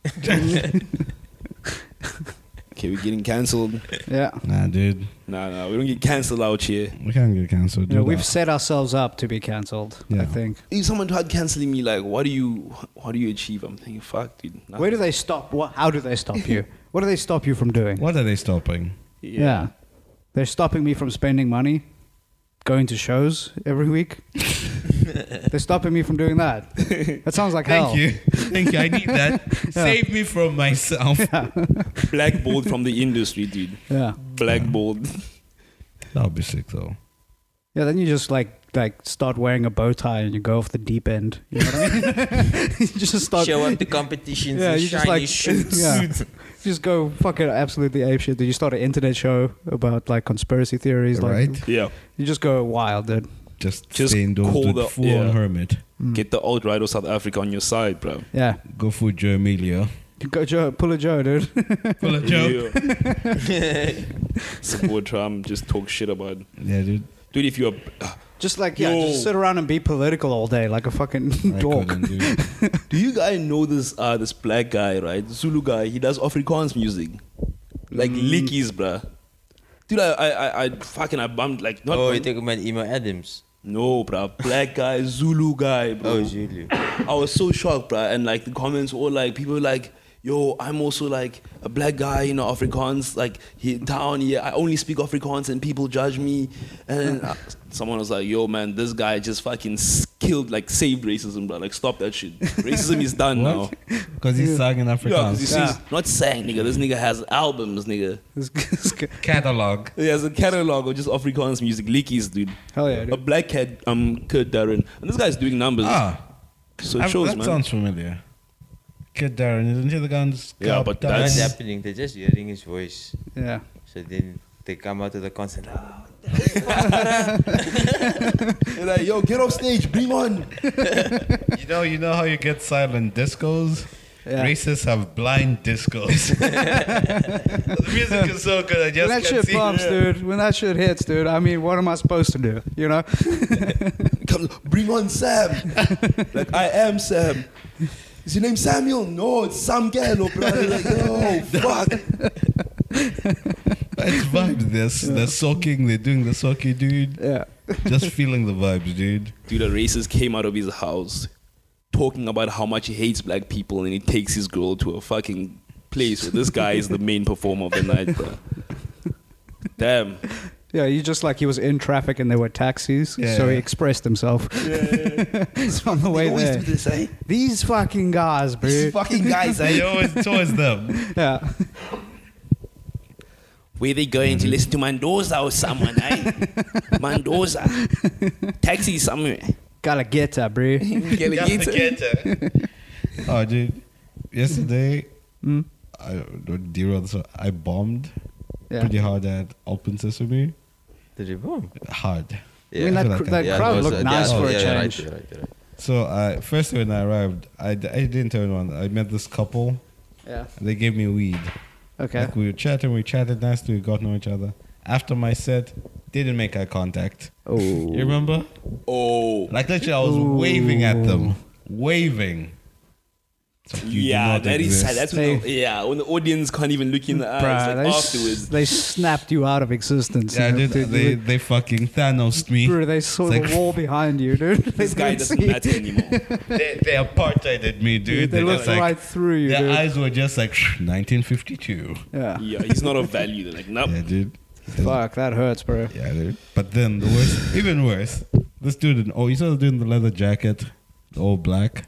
C: Okay, we're getting cancelled.
B: Yeah.
D: nah, dude.
C: Nah, nah, we don't get cancelled out here.
D: We can't get cancelled.
B: You know,
D: dude.
B: we've set ourselves up to be cancelled, I
D: Yeah.
B: think.
C: If someone tried canceling me, like, what do you, what do you achieve? I'm thinking, fuck, dude. nothing.
B: Where do they stop? What, how do they stop you? What do they stop you from doing?
D: What are they stopping?
B: Yeah. They're stopping me from spending money, going to shows every week. They're stopping me from doing that. That sounds like
D: Thank
B: hell.
D: you. Thank you. I need that. Save me from myself.
C: Blackballed from the industry, dude.
B: Yeah.
C: Blackballed.
D: That would be sick, though.
B: Yeah, then you just like like start wearing a bow tie and you go off the deep end. You know what I mean? you just start
A: Show up to competitions
B: Yeah,
A: in shiny
B: you just like
A: shoes.
B: yeah. just go fucking absolutely apeshit. Did you start an internet show about like conspiracy theories? Like,
D: Right.
C: Yeah.
B: You just go wild, dude.
D: Just,
C: Just
D: stay indoors,
C: call
D: dude.
C: the-
D: full
C: yeah.
D: on hermit.
C: Get the old right of South Africa on your side, bro.
B: Yeah,
D: Go for Joe Emilio.
B: you go Joe, pull a Joe, dude.
D: Full of Joe.
C: Yeah. Support Trump, just talk shit about.
D: Yeah, dude.
C: Dude, if you're. ah,
B: just like yeah,
C: Yo.
B: just sit around and be political all day like a fucking
D: I
B: dork.
D: couldn't, dude.
C: Do you guys know this uh, this black guy, right? Zulu guy. He does Afrikaans music, like lickies, bruh. Dude, I, I, I, I fucking I bumped like not
A: oh,
C: bumped-
A: you're talking about Emo Adams.
C: no, bruh. Black guy, Zulu guy, bro.
A: Oh, Zulu.
C: I was so shocked, bruh. And like the comments were all, like people were like, yo, I'm also like a black guy, you know, Afrikaans, like here in town here. I only speak Afrikaans and people judge me. And uh, someone was like, yo, man, this guy just fucking killed, like saved racism, bruh. Like stop that shit. Racism is done now.
D: Because he's sang in
C: Yeah, 'cause
D: Afrikaans.
C: he sings, not sang, nigga. This nigga has albums, nigga.
B: This- this guy-
D: Catalog.
C: He has a catalog of just Afrikaans music, leakies, dude.
B: Hell yeah,
C: A
B: dude.
C: black cat, um, Kurt Darren. And this guy's doing numbers.
D: Ah,
C: so it
D: I've-
C: shows,
D: that
C: man.
D: sounds familiar. Kid Darren, isn't he the guy on the
C: Yeah,
D: scalp
A: What's
C: but that's-
D: dance?
A: happening? They're just hearing his voice.
B: Yeah.
A: So then they come out of the concert. "Ah,
C: They're like, yo, get off stage, bring on.
D: You know, you know how you get silent discos.
B: Yeah.
D: Racists have blind discos. the music is so good. I just
B: When that
D: can't
B: shit
D: see.
B: bumps, dude. When that shit hits, dude. I mean, what am I supposed to do? You know?
C: Come, bring on Sam. like, I am Sam. Is your name Samuel? No, it's Sam Gallo, bro. They're like, yo, fuck.
D: It's vibes. They're, s they're soaking. They're doing the soaky, dude.
B: Yeah.
D: Just feeling the vibes, dude.
C: Dude, a racist came out of his house talking about how much he hates black people and he takes his girl to a fucking place where this guy is the main performer of the night, bro. Damn.
B: Yeah, you just like he was in traffic and there were taxis,
D: Yeah.
B: so he expressed himself. so on the way there,
C: this, eh?
B: these fucking guys, bro.
C: fucking guys,
D: They always, it's always them.
B: yeah,
C: Where they going to listen to Mendoza or someone, eh? Mendoza. Taxi somewhere.
B: gotta get that, bro.
C: Alligator.
D: oh, dude. Yesterday,
C: Hmm?
B: Mm.
D: I don't derail this. one. I bombed
B: Yeah.
D: pretty hard at Open Sesame.
A: Did it bomb?
D: Hard.
B: I mean, that,
D: I feel
B: cr-
D: like I-
B: that
A: Yeah, it
B: crowd
A: was,
B: looked
A: uh,
B: nice
A: yeah, yeah,
B: for a
A: right,
B: change.
A: you're right, you're right.
D: So I first when I arrived, I, d- I didn't tell anyone. I met this couple.
B: Yeah.
D: and They gave me weed.
B: Okay.
D: Like we were chatting, we chatted nicely, we got to know each other. After my set, didn't make eye contact.
B: Oh.
D: You remember?
C: Oh.
D: Like literally, I was waving at them, waving. It's like, you do
C: yeah,
D: not
C: that is sad.
D: exist.
C: That's when the, yeah, when the audience can't even look you in the eyes
B: Bruh,
C: Ah, like,
B: they, s-
C: afterwards.
B: they snapped you out of existence.
D: Yeah,
B: you know,
D: dude,
B: dude.
D: they they fucking Thanos me.
B: Bro, they saw
D: It's
B: the
D: like-
B: wall behind you, dude. They
C: This guy
B: couldn't
C: doesn't
B: see.
C: matter anymore.
D: They, they apartheided me, dude.
B: They
D: They,
B: looked
D: just like
B: right through you,
D: their
B: dude.
D: eyes were just like 1952.
B: Yeah.
C: yeah, he's not of value. They're like, nope.
D: Yeah, dude.
B: Fuck, that hurts, bro.
D: Yeah, dude. But then the worst, even worse, this dude in oh, you saw the dude in the leather jacket, all black.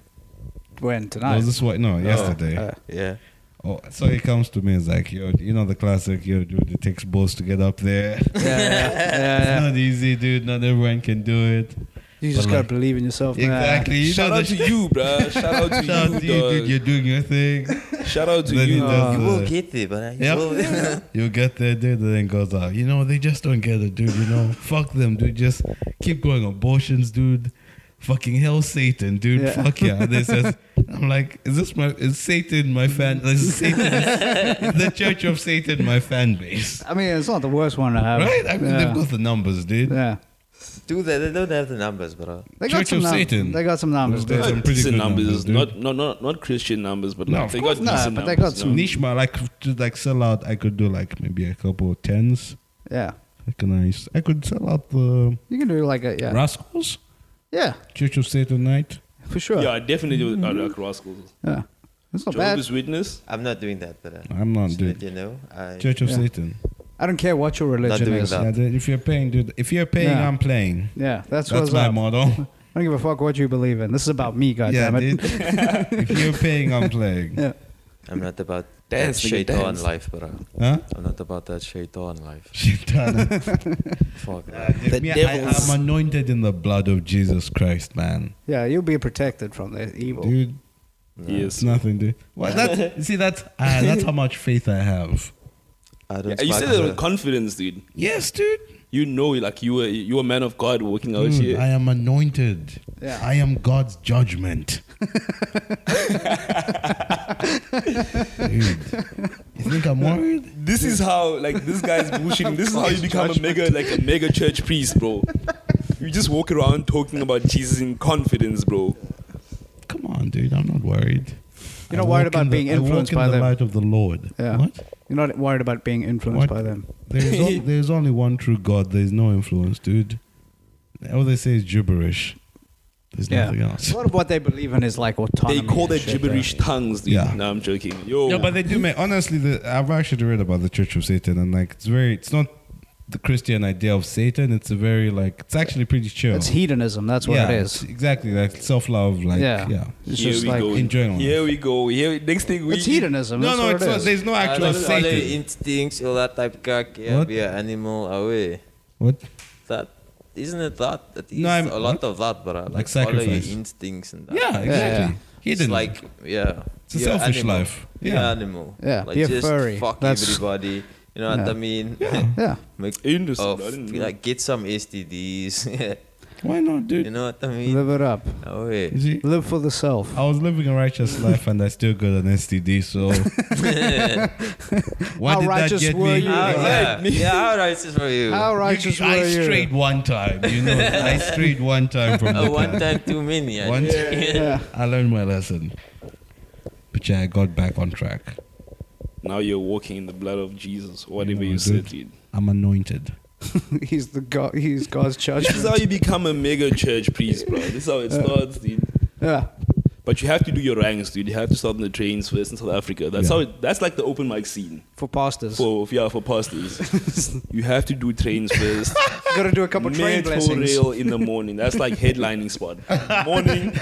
B: When
D: No,
B: tonight?
D: was this white? No, yesterday.
B: uh.
A: Yeah.
D: oh, so he comes to me and is like, yo, you know the classic, yo, dude, it takes balls to get up there.
B: yeah, yeah, yeah,
D: It's
B: yeah.
D: not easy, dude. Not everyone can do it.
B: You just
D: But
B: gotta
D: like-
B: believe in yourself, man.
D: Exactly. You
C: Shout
D: know
C: out to
D: the shit.
C: you, bruh. Shout out to
D: Shout out to
C: you,
D: you,
C: dog.
D: dude. You're doing your thing.
C: Shout out to
D: Then he
C: you.
D: does
B: Uh,
A: You
D: the-
A: will get there, but I
D: Yep. you get there, dude, and then goes out. You know, they just don't get it, dude. You know, fuck them, dude. Just keep going. Abortions, dude. Fucking hell, Satan, dude.
B: Yeah.
D: Fuck yeah. And they says, I'm like, is this my, is Satan my fan? Is Satan, is the Church of Satan my fan base?
B: I mean, it's not the worst one to have.
D: Right? I mean,
B: Um, yeah.
D: they've got the numbers, dude.
B: yeah.
A: Do that. They don't have the numbers, bro.
B: They
D: Church
B: got some
D: of
B: num-
D: Satan.
B: They got some numbers,
D: Those
B: dude.
D: guys- some pretty
C: Decent
D: good
C: numbers,
D: numbers, dude.
C: not, not not not Christian numbers, but
D: No,
C: like,
D: of
C: they
D: course
C: got
B: not,
C: decent
B: but they
C: numbers,
B: got some
C: no?
D: Nishma, like, to like sell out, I could do like maybe a couple of tens.
B: Yeah.
D: Like a nice, I could sell out the
B: You can do like a yeah.
D: Rascals,
B: Yeah,
D: Church of Satan night.
B: for sure.
C: Yeah,
B: Yeah.
C: I definitely do uh,
D: Mm-hmm.
C: like Rascals.
B: That's not bad.
C: Jehovah's Witness.
A: I'm not doing that, but uh,
D: I'm not,
A: so that
D: dude.
A: you know, I
D: Church of
B: Yeah.
D: Satan.
B: I don't care what your religion
A: doing
B: is.
A: that.
D: Yeah, dude, if you're paying, dude, if you're paying,
B: Yeah.
D: I'm playing.
B: Yeah, that's,
D: That's
B: what's
D: my
B: up.
D: motto.
B: I don't give a fuck what you believe in. This is about me, God
D: yeah,
B: damn it.
D: dude. if you're paying, I'm playing.
B: Yeah.
A: I'm not about that
C: Dance, nigga,
A: shaitan
C: dance.
A: life, bro.
D: Huh?
A: I'm not about that shaitan life.
D: Shitana.
A: Fuck that.
D: If me- I
C: devils.
D: am anointed in the blood of Jesus Christ, man.
B: Oh. Yeah, you'll be protected from the evil.
D: Dude,
C: Yes.
D: It's nothing, dude. Well, that, see, that's, ah, that's how much faith I have.
A: I don't
C: Yeah, you
A: fuck
C: said it
A: her.
C: with confidence, dude.
D: Yes, dude.
C: You know, like you were you were a man of God walking out
D: Dude,
C: here.
D: Hmm, I am anointed.
B: Yeah.
D: I am God's judgment. Dude, you think I'm worried?
C: This is how like this guy's bullshitting. This is how you become a mega like a mega church priest, bro. You just walk around talking about Jesus in confidence, bro.
D: Come on, dude. I'm not worried.
B: You're not worried
D: I walk in
B: about
D: the-
B: being
D: I walk
B: influenced
D: in
B: by
D: the
B: them.
D: light of the Lord.
B: Yeah.
D: What?
B: You're not worried about being influenced
D: What?
B: by them.
D: There's, o- there's only one true God. There's no influence, dude. All they say is gibberish. There's
B: Yeah.
D: nothing else.
B: A lot of what they believe in is like autonomy.
C: They call
B: and
C: that
B: shit,
C: gibberish
B: right?
C: tongues, dude.
D: Yeah.
C: No, I'm joking. Yo,
D: No, but they do, man. Honestly, the, I've actually read about the Church of Satan, and like, it's very, it's not the Christian idea of Satan. It's a very like, it's actually pretty chill.
B: It's hedonism. That's what
D: yeah,
B: it
D: it's
B: is.
D: exactly like self love, like
B: yeah.
D: yeah.
B: It's
C: here
B: just
C: we
B: like
C: go.
D: enjoying life.
C: Here we go. Here, next thing we
B: it's hedonism.
D: No,
B: that's
D: no,
B: what
D: it's
B: it
D: not,
B: is.
D: there's Uh, no actual
A: I don't follow
D: Satan.
A: instincts, all that type of cock. Yeah,
D: What?
A: be an animal away.
D: What?
A: That isn't it that? That is
D: No, I'm-
A: a lot
D: what?
A: of that, bro. Like,
D: Like
A: follow your
D: sacrifice.
A: instincts and that.
D: Yeah, exactly.
B: yeah.
A: It's
D: Hidden.
A: like yeah.
D: It's a
A: you're an
D: selfish
A: animal.
D: life.
A: You're
D: Yeah.
A: an animal.
B: Yeah,
A: Like
B: be a
A: just
B: furry.
A: fuck
B: That's-
A: everybody. You know what
B: Yeah.
A: I mean?
D: Yeah.
B: Yeah.
A: Make
C: Interesting.
A: oh,
C: I didn't
A: feel
C: know.
A: like get some STDs. Yeah.
D: why not, dude?
A: you know what I mean?
B: Live it up.
A: Oh, yeah.
D: You see,
B: Live for the self.
D: I was living a righteous life, and I still got an STD. So, why
B: How
D: did that
B: righteous
D: get
B: were
D: me?
B: you?
A: How, yeah,
C: me.
A: yeah, how righteous for you?
B: How
D: You-
B: righteous
D: I
B: were you?
D: strayed one time, you know. I strayed one time from
A: Uh,
D: the
A: one
D: path.
A: time too many. I
D: One
A: think.
D: time.
B: Yeah.
D: I learned my lesson. But yeah, I got back on track.
C: now you're walking in the blood of Jesus. Whatever
D: know,
C: you said, dude.
D: dude. I'm anointed.
B: he's the God. He's God's
C: This is
B: judgment.
C: how you become a mega church priest, bro. This is how it starts, dude.
B: yeah.
C: But you have to do your ranks, dude. You have to start on the trains first in South Africa. That's
D: Yeah.
C: how. It, that's like the open mic scene
B: For pastors,
C: for yeah for pastors. you have to do trains first.
B: got to do a couple train
C: Metro
B: blessings.
C: rail in the morning. That's like headlining spot. Morning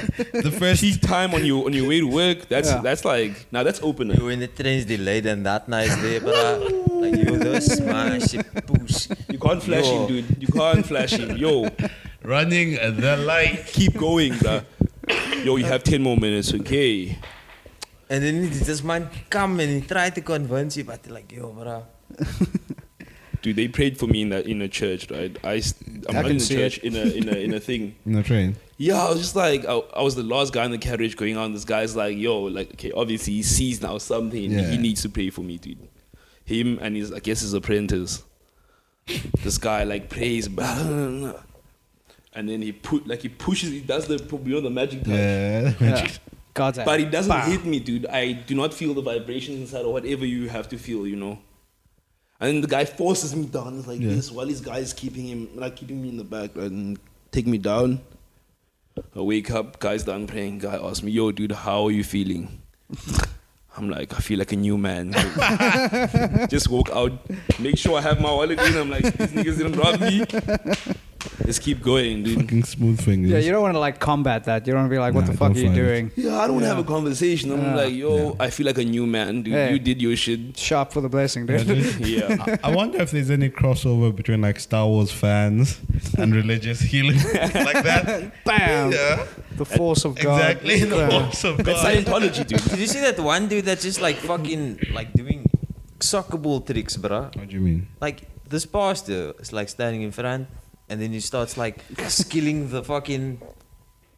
D: The first
C: peak time on your on your way to work. That's
B: Yeah.
C: that's like now that's opener.
A: You when the train's delayed and that nice day, bruh. Like you go smash it, push.
C: You can't flash
A: Yo.
C: him, dude. You can't flash him. Yo,
D: running the light.
C: keep going, bruh. Yo, you have ten more minutes, okay?
A: And then it- this man come and he try to convince you, but they're like, yo, bruh.
C: Dude, they prayed for me in that in a church, right? I am
B: I
C: not
B: can
C: in a
B: see
C: church in a in a in a thing.
D: In the train.
C: Yeah, I was just like, I, I was the last guy in the carriage going on. This guy's like, yo, like, okay, obviously he sees now something.
D: Yeah.
C: He needs to pray for me, dude. Him and his, I guess his apprentice. this guy like prays, blah, blah, blah. and then he put like he pushes. He does the you know the magic touch.
D: Yeah.
B: Yeah. God's
C: But
B: act.
C: it doesn't hit me, dude. I do not feel the vibrations inside or whatever you have to feel, you know. And the guy forces me down like
D: Yeah.
C: this while his guy is keeping him, like keeping me in the back and take me down. I wake up, guy's done praying. Guy asks me, "Yo, dude, how are you feeling?" I'm like, I feel like a new man. Just walk out, make sure I have my wallet in. I'm like, these niggas didn't rob me. Just keep going, dude.
D: Fucking smooth fingers.
B: Yeah, you don't want to like combat that. You don't want to be like, what
D: Nah,
B: the fuck are
D: don't
B: you
D: fight it.
B: doing?
C: Yeah, I don't have a conversation. I'm
B: Yeah.
C: like, yo, I feel like a new man, dude.
B: Hey.
C: You did your shit.
B: Sharp for the blessing,
D: Yeah,
B: dude.
D: dude.
C: Yeah.
D: I- I wonder if there's any crossover between like Star Wars fans and religious healing like that.
B: Bam!
D: Yeah,
B: The force of God.
D: exactly. The
B: Yeah.
D: force of
C: It's
D: God.
C: Scientology, dude.
A: Did you see that one dude that's just like fucking like doing soccer ball tricks, bruh?
D: What do you mean?
A: Like this pastor is like standing in front, and then he starts like skilling the fucking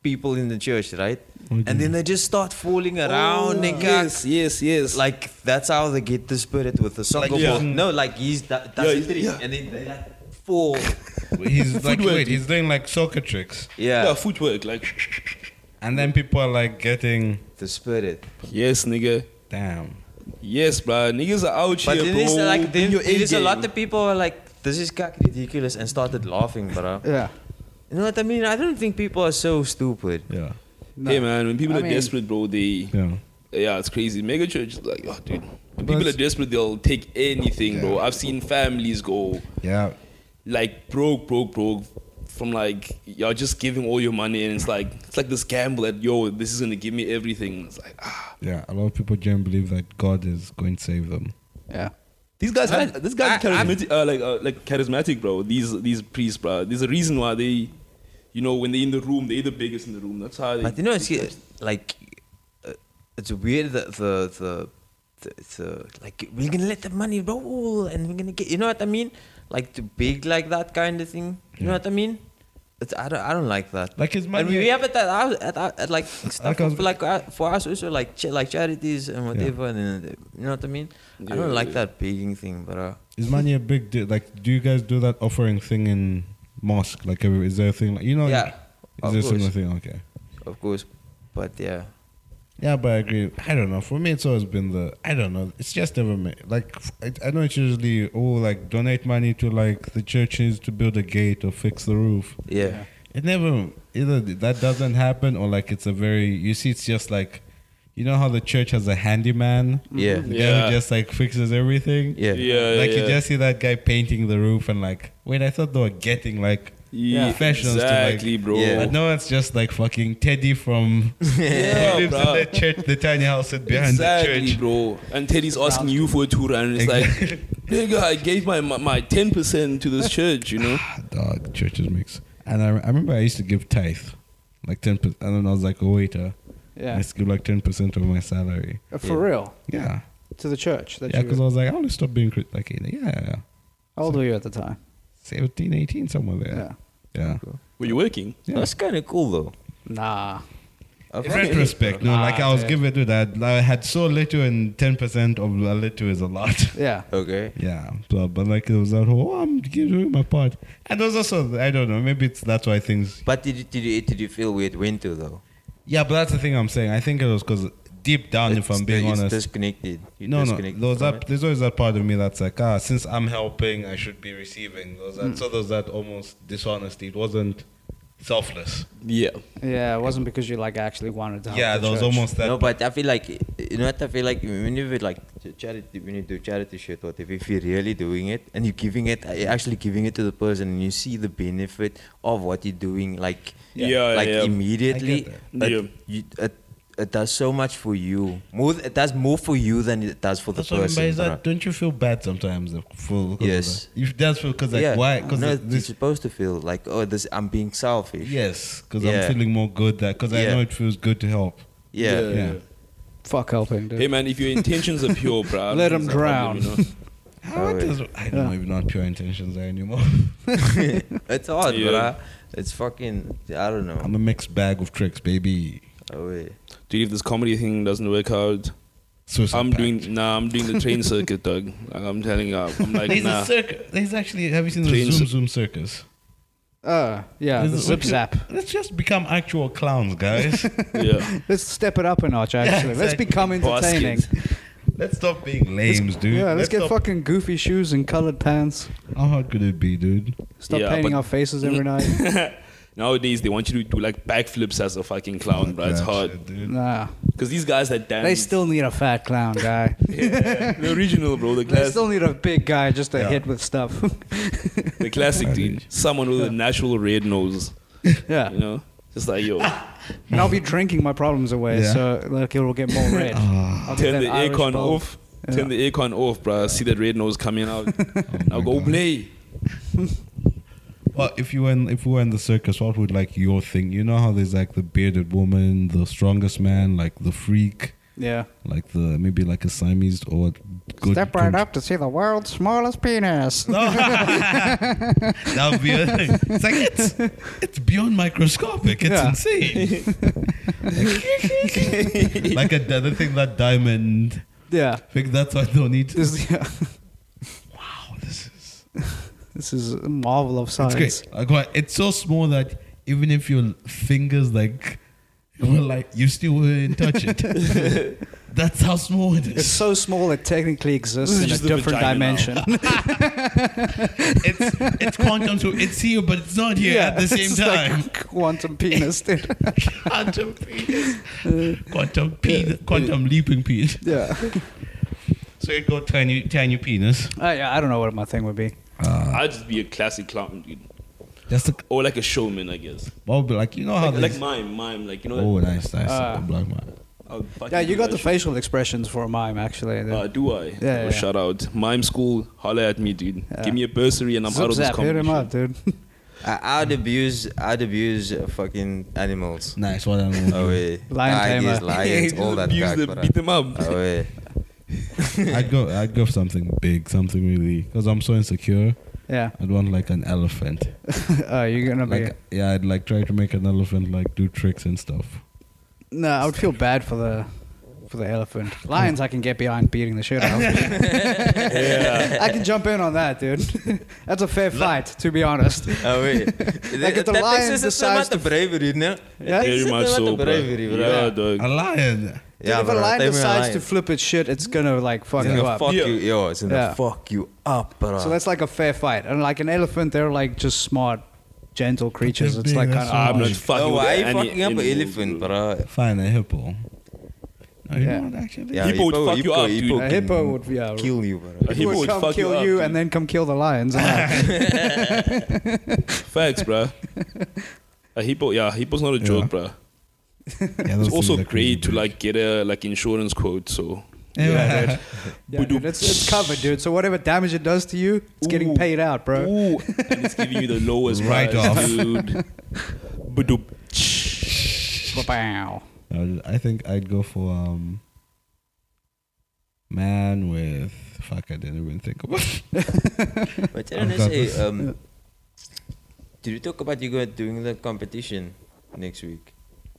A: people in the church, right? And then they just start falling around and cuck.
C: Oh, yes, yes, yes.
A: Like that's how they get the spirit with the soccer
C: Like, yeah.
A: ball. No, like he's that does
C: Yeah,
A: it trick,
C: yeah.
A: and then they like fall.
D: He's like,
C: Footwork.
D: wait, he's doing like soccer tricks,
A: Yeah,
C: yeah. footwork. Like,
D: and then people are like getting,
A: the spirit.
C: yes, nigga.
D: damn.
C: Yes, bruh. Niggas are out
A: But
C: here,
A: then
C: bro.
A: it's like
C: Bring
A: then
C: your
A: there's a
C: A-game.
A: lot of people were like, "This is cuck ridiculous," and started laughing, bro.
B: Yeah.
A: You know what I mean? I don't think people are so stupid.
D: Yeah,
B: No.
C: Hey, man, when people
B: I
C: are
B: mean-
C: desperate, bro, they
D: yeah.
C: yeah, it's crazy. Mega church is like, oh, dude. When
D: But
C: people are
D: it's-
C: desperate, they'll take anything, bro.
D: Yeah.
C: I've seen families go
D: Yeah.
C: like broke, broke, broke. From like you're just giving all your money, and it's like it's like this gamble that yo, this is gonna give me everything. It's like ah,
D: Yeah. A lot of people generally believe that God is going to save them.
B: Yeah.
C: These guys, had, this guy's
A: I- I'm-
C: charismatic, uh, like uh, like charismatic, bro. These these priests, bro. There's a reason why they, you know, when they're in the room, they're the biggest in the room. That's how they.
A: But you know, it's like uh, it's weird that the the the, the like we're gonna let the money roll and we're gonna get you know what I mean like to big like that kind of thing you know
D: Yeah.
A: what I mean it's I don't I don't like that
D: Like his
A: and we,
D: money-
A: we have it at, our, at, our, at like stuff
D: I was-
A: for like uh, for us also like ch- like charities and whatever and then the- you know what I mean I don't
C: Yeah,
A: like
C: yeah.
A: that begging thing but uh,
D: Is money a big deal? Like, do you guys do that offering thing in mosque? Like, every- is there a thing? Like, you know,
A: Yeah,
D: Is
A: of
D: there Oh, a similar
A: course.
D: thing? Okay.
A: of course but yeah
D: Yeah, but I agree. I don't know. For me, it's always been the I don't know. It's just never ma- like f- I, I know it's usually oh like donate money to like the churches to build a gate or fix the roof.
A: yeah,
D: It never either that doesn't happen or like it's a very you see it's just like you know how the church has a handyman
A: Yeah.
D: the guy
C: Yeah.
D: who just like fixes everything
A: yeah
C: Yeah,
D: like
C: yeah.
D: you just see that guy painting the roof and like wait I thought they were getting like
C: Yeah,
D: professionals to, like-
C: exactly, bro.
A: Yeah.
D: but no it's just like fucking Teddy from
C: Yeah,
D: who lives in
C: bruh.
D: the church the tiny house that's behind
C: exactly,
D: the church
C: bro. And Teddy's asking you for a tour, and it's like, nigga, I gave my my- my ten percent to this church, you know.
D: Ah, Dog, churches mix. And I, I remember I used to give tithe, like 10%. And then I was like oh, a waiter. I
B: Yeah.
D: used to give like 10% of my salary.
B: Uh, For real.
D: Yeah.
B: To the church. That
D: yeah,
B: you
D: because I was like, I want to stop being, crit- like, yeah, yeah,
B: How old were you at the time?
D: 17, 18, somewhere
B: Yeah.
D: there. Yeah.
C: Were you working?
D: Yeah.
A: that's kind of cool though
B: Nah.
A: I've
D: In
A: actually-
D: retrospect, no, like I was
B: Ah,
D: given to that. I had so little, and 10% of a little is a lot.
B: Yeah.
A: okay
D: Yeah, but, but like it was that whole, oh, I'm giving my part. And there's also, I don't know, maybe it's that's why things
A: but did you, did you did you feel weird when to though
D: Yeah, but that's the thing I'm saying. I think it was because deep down, if
A: It's-
D: I'm being
A: it's
D: honest,
A: disconnected You
D: no, no,
A: disconnected
D: there's
A: from
D: that.
A: it.
D: There's always that part of me that's like, ah, since I'm helping, I should be receiving. There was that,
A: Mm.
D: So there's that almost dishonesty. It wasn't selfless.
C: Yeah.
B: Yeah. It wasn't because you like actually wanted to help.
D: yeah,
B: the
D: there was
B: church.
D: almost that.
A: no, but I feel like you know what I feel like when you like ch- charity, when you do charity shit, what if, if you're really doing it and you're giving it, uh, you're actually giving it to the person, and you see the benefit of what you're doing, like
C: Yeah. Yeah,
A: like
C: yeah.
A: immediately,
D: I get
C: that. Yeah.
A: you, it, it does so much for you. More, th- it does more for you than it does for the
D: that's what I mean
A: person.
D: by is
A: bruh.
D: that. Don't you feel bad sometimes? uh, For, 'cause of
A: Yes.
D: that? If that's because like
A: yeah,
D: why? Because
A: no, you're
D: this.
A: supposed to feel like oh, this I'm being selfish.
D: Yes, because
A: Yeah.
D: I'm feeling more good that because I
A: Yeah.
D: know it feels good to help.
A: yeah.
D: Yeah.
B: Fuck helping, dude.
C: Hey man, if your intentions are pure, bro,
B: Let 'em drown.
D: How
A: Oh,
D: does, I don't
B: Yeah.
D: know even know what pure intentions are anymore.
A: it's hard,
C: Yeah.
A: bruh. It's fucking. I don't know.
D: I'm a mixed bag of tricks, baby.
A: Oh, wait.
C: Dude, if this comedy thing doesn't work out,
D: Suicide
C: I'm
D: pact.
C: doing nah, I'm doing the train circuit, dog. Like, I'm telling you, I'm like
D: There's
C: nah.
D: a circus. There's actually. Have you seen the
C: Trains-
D: Zoom Zoom Circus?
B: Uh, yeah. The
D: There's-
B: zip zap.
D: Let's just become actual clowns, guys.
C: Yeah.
B: Let's step it up a notch, actually. Let's
D: exactly.
B: become entertaining.
C: Baskets.
D: let's stop being lames, dude.
B: Yeah, let's, get
D: stop- Oh,
B: fucking goofy shoes and colored pants.
D: How hard could it be, dude?
B: Stop
C: Yeah,
B: painting
C: but-
B: our faces every night.
C: Nowadays they want you to do like backflips as a fucking clown, bro. It's
D: That
C: hard.
D: shit, dude.
B: nah.
C: Because these guys that dance
B: They still need a fat clown guy.
C: Yeah, the original bro, the
B: They
C: class
B: still need a big guy just to
D: Yeah.
B: hit with stuff.
C: the classic dude. Someone with a natural red nose.
B: yeah.
C: You know? Just like yo.
B: And I'll be drinking my problems away,
D: Yeah. Ah.
B: so like it will get more red. I'll get
C: Turn
B: that
C: the
B: Irish
C: aircon
B: bowl.
C: off.
B: Yeah.
C: Turn the aircon off, bro. See that red nose coming out. now
D: Oh my
C: go
D: God.
C: play.
D: Well, if you were in, if we were in the circus, what would like your thing? You know how there's like the bearded woman, the strongest man, like the freak,
B: Yeah.
D: like the maybe like a Siamese or good.
B: Step right up to see the world's smallest penis.
D: No, that would be a thing. It's like it's it's beyond microscopic. It's
B: Yeah.
D: insane. like a, the other thing that diamond.
B: Yeah.
D: I think that's why they'll need to.
B: This is, yeah.
D: Wow, this is.
B: This is a marvel of
D: It's
B: science.
D: great. Like, what- it's so small that even if your fingers like were like, you still wouldn't touch it. that's how small it
B: It's
D: is.
B: so small it technically exists
C: This is
B: in a
C: just the
B: different
C: vagina
B: dimension.
C: now.
D: It's it's quantum to it's here, but it's not here at the same
B: it's
D: time.
B: Like quantum penis, dude.
D: quantum penis, quantum penis, quantum leaping penis.
B: yeah.
D: So you go tiny tiny penis.
B: I, Uh, I don't know what my thing would be.
D: Ah.
C: I'd just be a classic clown, dude.
D: That's the
C: Or like a showman, I guess.
D: well, but like you know how
C: Like,
D: like,
C: like mime, mime, like you know.
D: oh nice nice
B: Ah.
D: black man.
C: I'll fucking
B: Yeah, you
C: do
B: got
C: that
B: the
C: shit.
B: facial expressions for a mime, actually.
C: Uh, do I?
B: Yeah,
C: Oh,
B: yeah.
C: Shout out mime school, holla at me, dude.
B: Yeah.
C: Give me a bursary and I'm out
B: Zip
C: of this
B: zap, hit him
C: competition.
B: up, dude.
A: I, I'd abuse, I'd abuse uh, fucking animals.
D: Nice one. Animal.
A: Oh, yeah.
B: Lion
A: Tigers,
B: tamer.
A: lions, all that
C: Abuse
A: back,
C: them,
A: but I-
C: beat them up.
A: Oh, yeah.
D: I'd go. I'd go for something big, something really, because I'm so insecure.
B: Yeah.
D: I'd want like an elephant.
B: oh, you're gonna be.
D: Like yeah, I'd like try to make an elephant like do tricks and stuff.
B: No, I would feel bad for the for the elephant. Lions, I can get behind beating the shit out. I can jump in on that, dude. That's a fair fight, to be honest.
A: Oh, yeah.
B: if the
A: that
B: lion
A: takes a certain
B: decides
A: amount of bravery, no?
B: Yeah?
A: It takes a
C: Very
A: certain
C: much
A: amount
C: so,
A: of
C: bro.
A: bravery, bro.
C: Yeah, dog.
D: A lion.
B: Dude, if a
A: bro,
B: lion
A: tame a
B: decides
A: lion.
B: to flip its shit, it's gonna like fuck
A: It's
B: you
A: gonna
B: up.
A: fuck
C: Yeah.
A: you, yo, it's gonna
B: Yeah.
A: fuck you up, bro.
B: So that's like a fair fight. And like an elephant, they're like just smart, gentle creatures.
D: they're
B: It's like
D: big,
B: kind
D: that's
B: of
C: I'm
D: Oh,
C: not fucking
A: oh, why
C: with
A: are you
C: any
A: fucking up an
C: animals,
A: elephant,
C: bro.
A: bro?
D: Fine, a hippo. No, you
B: Yeah.
D: know what, actually.
A: Yeah,
C: Hippo would fuck you up, dude.
B: a hippo would yeah.
A: can kill you, bro.
C: A
B: He
C: hippo
B: would
C: would
B: come
C: fuck
B: kill
C: you
B: you,
C: up,
B: and
C: dude.
B: then come kill the lions. and
C: Facts, bro. A hippo, yeah, hippo's not a joke,
D: Yeah.
C: bro.
D: Yeah, those
C: It's also
D: things are crazy
C: great to
D: big.
C: like get a like insurance quote. So
D: Yeah.
B: dude. Yeah,
C: Boop.
B: dude, it's, it's covered, dude. So whatever damage it does to you, it's getting
C: Ooh.
B: paid out, bro.
C: Ooh, and it's giving you the lowest
D: Right
C: price,
D: off.
C: dude. Badoop.
B: Bow.
D: I- I think I'd go for um man with fuck. I didn't even think about. it.
A: But I don't know,
D: I've got
A: say,
D: this.
A: um, did you talk about you going doing the competition next week?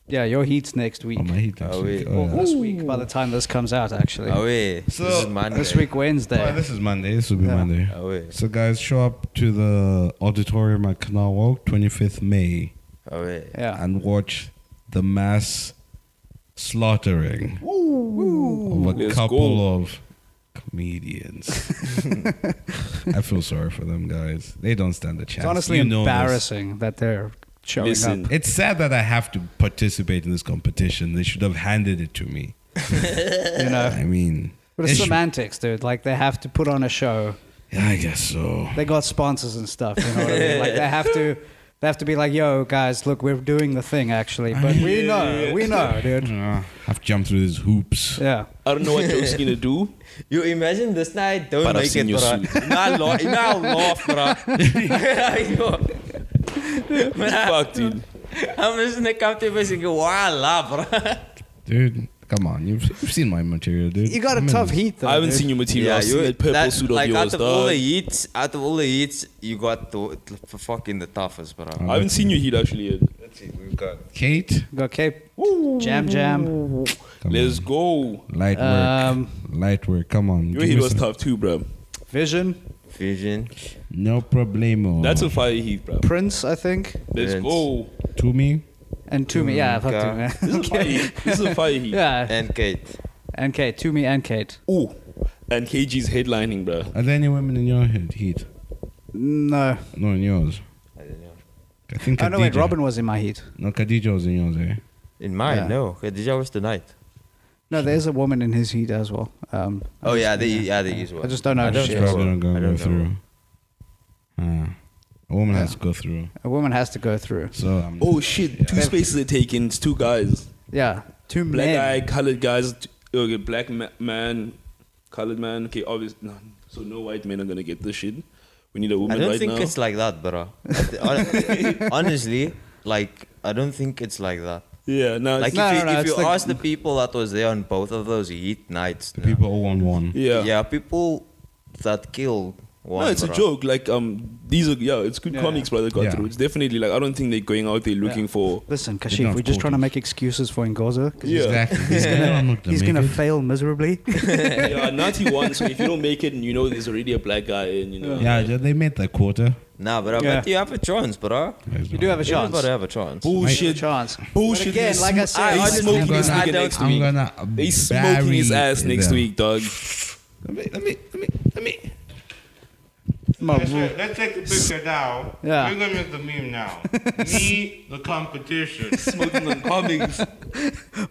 B: Yeah, your heat's next week.
D: Oh my heat.
B: Ah,
A: Oh,
D: actually.
A: wait.
D: Oh,
B: Well,
D: yeah.
B: this week, by the time this comes out, actually.
A: Oh, yeah.
D: So-
A: this is Monday.
B: This week,
D: Oh,
B: Wednesday.
D: this is Monday. This will be
B: Yeah.
D: Monday.
A: Oh, yeah.
D: So guys, show up to the auditorium at Canal Walk, 25th May,
A: Oh, yeah.
B: Yeah.
D: and watch the mass slaughtering of a
C: Let's
D: couple of comedians. I feel sorry for them guys. They don't stand a chance.
B: It's honestly
D: You know this.
B: embarrassing that they're showing
C: Listen.
B: up.
D: It's sad that I have to participate in this competition. They should have handed it to me.
B: You know,
D: I mean,
B: but it's
D: it should-
B: semantics, dude. Like they have to put on a show.
D: Yeah, I guess so.
B: They got sponsors and stuff. You know what I mean? Like they have to. They have to be like, yo, guys, look, we're doing the thing actually, but we know, we know, dude.
D: Uh, I've jumped through these hoops.
B: Yeah.
C: I don't know what jokes you're gonna do.
A: You imagine this night? Don't
C: But I've
A: make
C: seen
A: it,
C: your
A: bro.
C: suit.
A: Now I laugh, now I laugh, bro. Yo,
C: Fuck, dude.
A: I'm just gonna come to you and go, wow, I laugh, bro.
D: Dude, come on. You've, you've seen my material, dude.
B: You got
D: I'm
B: a
D: in
B: tough
D: it.
B: heat though.
C: I haven't
B: dude.
C: seen your material. I've seen that purple
A: that-
C: suit of
A: like
C: yours,
A: out of all
C: dog.
A: the heats, out of all the heats, you got the, the fucking the toughest, bro.
C: I haven't seen your heat actually yet.
D: Let's see. We've got Kate.
B: You got Cape Jam Jam.
D: Come
C: Let's go.
D: on. Light work.
B: Um,
D: Light work. Come on.
C: Your
D: Give
C: heat
D: me
C: was
D: some-
C: tough too, bro.
B: Vision,
A: Vision.
D: No problemo.
C: That's a fire heat, bro.
B: Prince, I think,
C: Let's
A: Vince.
C: go.
D: to me.
B: and Toomey. Yeah, fuck
A: God.
B: Toomey.
C: This is a fire heat. This is a fire heat.
B: yeah,
A: And Kate.
B: and Kate, Toomey, and Kate.
C: Ooh, and KG's headlining, bro.
D: Are there any women in your head heat?
B: No,
D: No, in yours.
A: I don't know.
D: I think.
B: oh no, wait,
D: Khadija-
B: Robin was in my heat.
D: No, Khadija was in yours, eh?
A: In mine,
B: Yeah.
A: no. Khadija was tonight.
B: No, there's a woman in his heat as well. Um, I
A: Oh
B: just-
A: yeah, they yeah they use one.
B: I just don't know
A: I
B: if
A: don't
B: she
A: know.
B: is.
D: Probably not
A: I
D: gonna go
A: don't
D: through.
A: know.
D: Ah. a woman has to go through.
B: A woman has to go through.
D: So. Um,
C: Oh shit! Two spaces are taken. It's two guys.
B: Yeah, two
C: Black
B: men.
C: guy, colored guys. t- Okay, black ma- man, colored man. Okay, obvious. No, so no white men are gonna get this shit. We need a woman
A: I don't
C: right
A: think
C: now.
A: it's like that, bro. Hon- Honestly, like I don't think it's like that.
C: yeah, no,
A: Like
C: like
B: No,
A: if you,
B: no, no,
A: if
B: it's
A: you
B: like-
A: ask the people that was there on both of those heat nights,
D: The
A: no.
D: people all on one.
C: yeah.
A: yeah, people that killed. One,
C: No, it's a
A: bro.
C: joke. Like um, these are yeah, it's good
B: Yeah.
C: comics, brother. Got
D: Yeah.
C: through. It's definitely like I don't think they're going out there looking for.
B: Listen,
D: don't
B: Kashif,
D: have
B: we're just trying to
D: quotas.
B: make excuses for Ngoza. 'cause
C: Yeah.
D: Exactly. He's gonna,
B: He's gonna fail miserably.
C: yeah, ninety one. So if you don't make it, and you know there's already a black guy, and you know.
D: yeah, they made that quarter.
A: Nah, bro,
B: Yeah.
A: but you have a chance, bro.
B: you do have a chance.
A: Everybody have a chance.
B: You have
C: Bullshit.
B: a chance. But
C: Bullshit.
B: Again,
C: They
B: like I
C: sm-
B: said,
C: they
A: I
B: honestly,
C: smoking his
A: I
C: nigga
A: don't-
C: next
D: I'm
C: week.
D: gonna
C: They smoking his
D: bury
C: ass next
D: them.
C: week, dog.
D: Let me, let me, let me, let me.
E: Let's, let's take the picture now.
B: Yeah.
E: We're gonna make the meme now. Me, the competition.
C: Smoking on comics.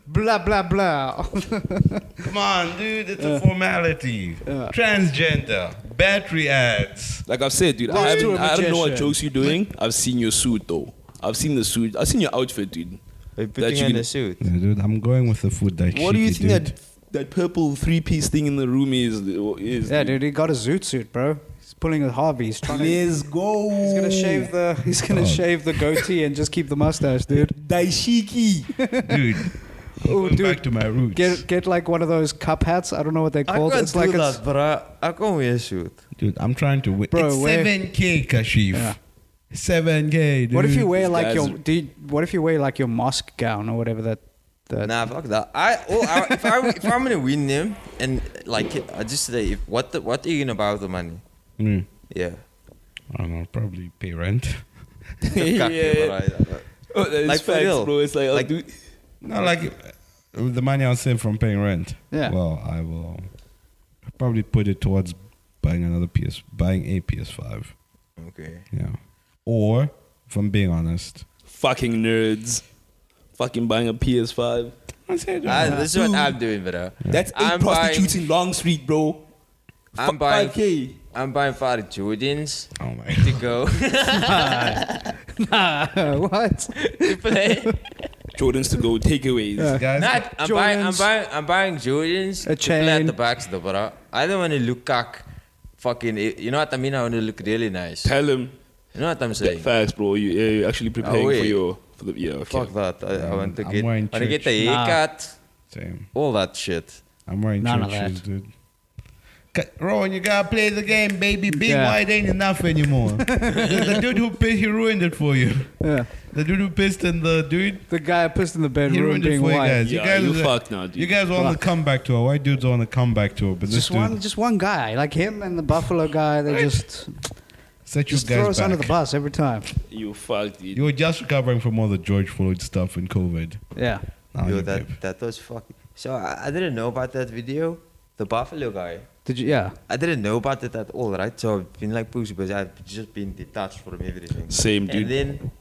B: blah blah blah.
D: Come on, dude. It's a formality. Transgender battery ads.
C: Like I've said, dude, I,
B: Let's do
C: haven't,
B: a
C: I don't know what
B: magician.
C: jokes you're doing. I've seen your suit though. I've seen the suit. I've seen your outfit, dude.
A: They're
C: That
A: putting
C: you
A: on
C: can-
A: a suit.
D: Yeah, dude, I'm going with the food that.
C: what do you
D: shitty,
C: think
D: dude.
C: that that purple three piece thing in the room is? is
B: yeah, dude, he got a zoot suit, bro. He's pulling a Harvey. He's trying to.
F: Let's go.
B: He's gonna shave the. He's gonna shave the goatee and just keep the mustache, dude.
F: Daishiki.
D: dude.
B: Oh,
D: going
B: dude.
D: back to my roots.
B: Get get like one of those cup hats. I don't know what they're
A: I
B: called.
A: can't
B: It's like
A: do
B: a
A: that, bro. I can't wear shoot.
D: dude, I'm trying to win.
B: Bro,
D: it's
B: where-
D: 7K, Kashif.
B: Yeah.
D: 7K, dude.
B: What if you wear
C: These
B: like
C: guys
B: your?
C: are-
B: Do you, what if you wear like your mosque gown or whatever that? that
A: Nah, fuck that. I, oh, I if I if I'm gonna win them and like I just say if, what the, what are you gonna buy with the money?
D: Mm.
A: Yeah.
D: I don't know, probably pay rent.
A: Fuck you,
C: yeah.
A: bro.
C: Oh, that is
A: Like,
C: like
A: for
C: facts,
A: real.
C: bro. It's like,
A: Like-
C: like dude,
D: no, like uh, with the money I'll save from paying rent.
B: Yeah.
D: Well, I will probably put it towards buying another PS, buying a PS5.
A: Okay.
D: Yeah. Or, if I'm being honest,
C: fucking nerds, fucking buying a PS5.
D: I say
A: I,
D: that.
A: Ah, this is what I'm doing, bro.
C: That's eight
A: I'm
C: prostitutes in Long Street, bro.
A: Buying, I'm
C: F-
A: buying.
C: 5K.
A: I'm buying five Jordans
D: Oh my
A: to go
B: nah, what?
A: to play.
C: Jordans to go takeaways.
B: Yeah.
D: guys.
A: Not, I'm buying. I'm
B: Jordans.
A: buying. I'm buying Jordans
B: A
A: to play at
B: chain.
A: the backs, though, bro. I don't want to look cock. Fucking, you know what I mean? I want to look really nice.
C: Tell them
A: You know what I'm saying?
C: facts, bro. You, yeah, you're actually preparing for
A: wait.
C: your for the yeah. Okay.
A: Fuck that. I, I
D: Um,
A: want to
D: I'm
A: get. I
D: wearing
A: want to get the
B: church. Nah.
A: haircut.
D: Same.
A: All that shit.
D: I'm wearing
B: None of
D: church shoes,
B: that.
D: dude. Ca- Rowan, you gotta play the game, baby. Big
B: Yeah.
D: wide ain't enough anymore. the, the dude who pissed, he ruined it for you.
B: Yeah.
D: The dude who pissed and the dude,
B: The guy I pissed in the
D: he
B: bedroom
D: ruined it
B: being
D: for you
B: white.
D: guys.
C: Yeah,
D: you
C: you
D: guys,
C: fucked now, dude.
D: you guys want to come back to her. White dudes want to come back to her, but this
B: Just
D: dude
B: one, just one guy, like him and the Buffalo guy. They just
D: set you
B: just throw
D: guys
B: us
D: back.
B: under the bus every time.
C: You fucked it.
D: You were just recovering from all the George Floyd stuff and COVID.
B: Yeah.
D: Now
A: Yo,
D: you
A: that
D: babe.
A: that was fucking. So I, I didn't know about that video, the Buffalo guy.
B: Did you? Yeah.
A: I didn't know about it at all, right? So I've been like pussy, but I've just been detached from everything.
C: Same,
A: And
C: dude.
A: then,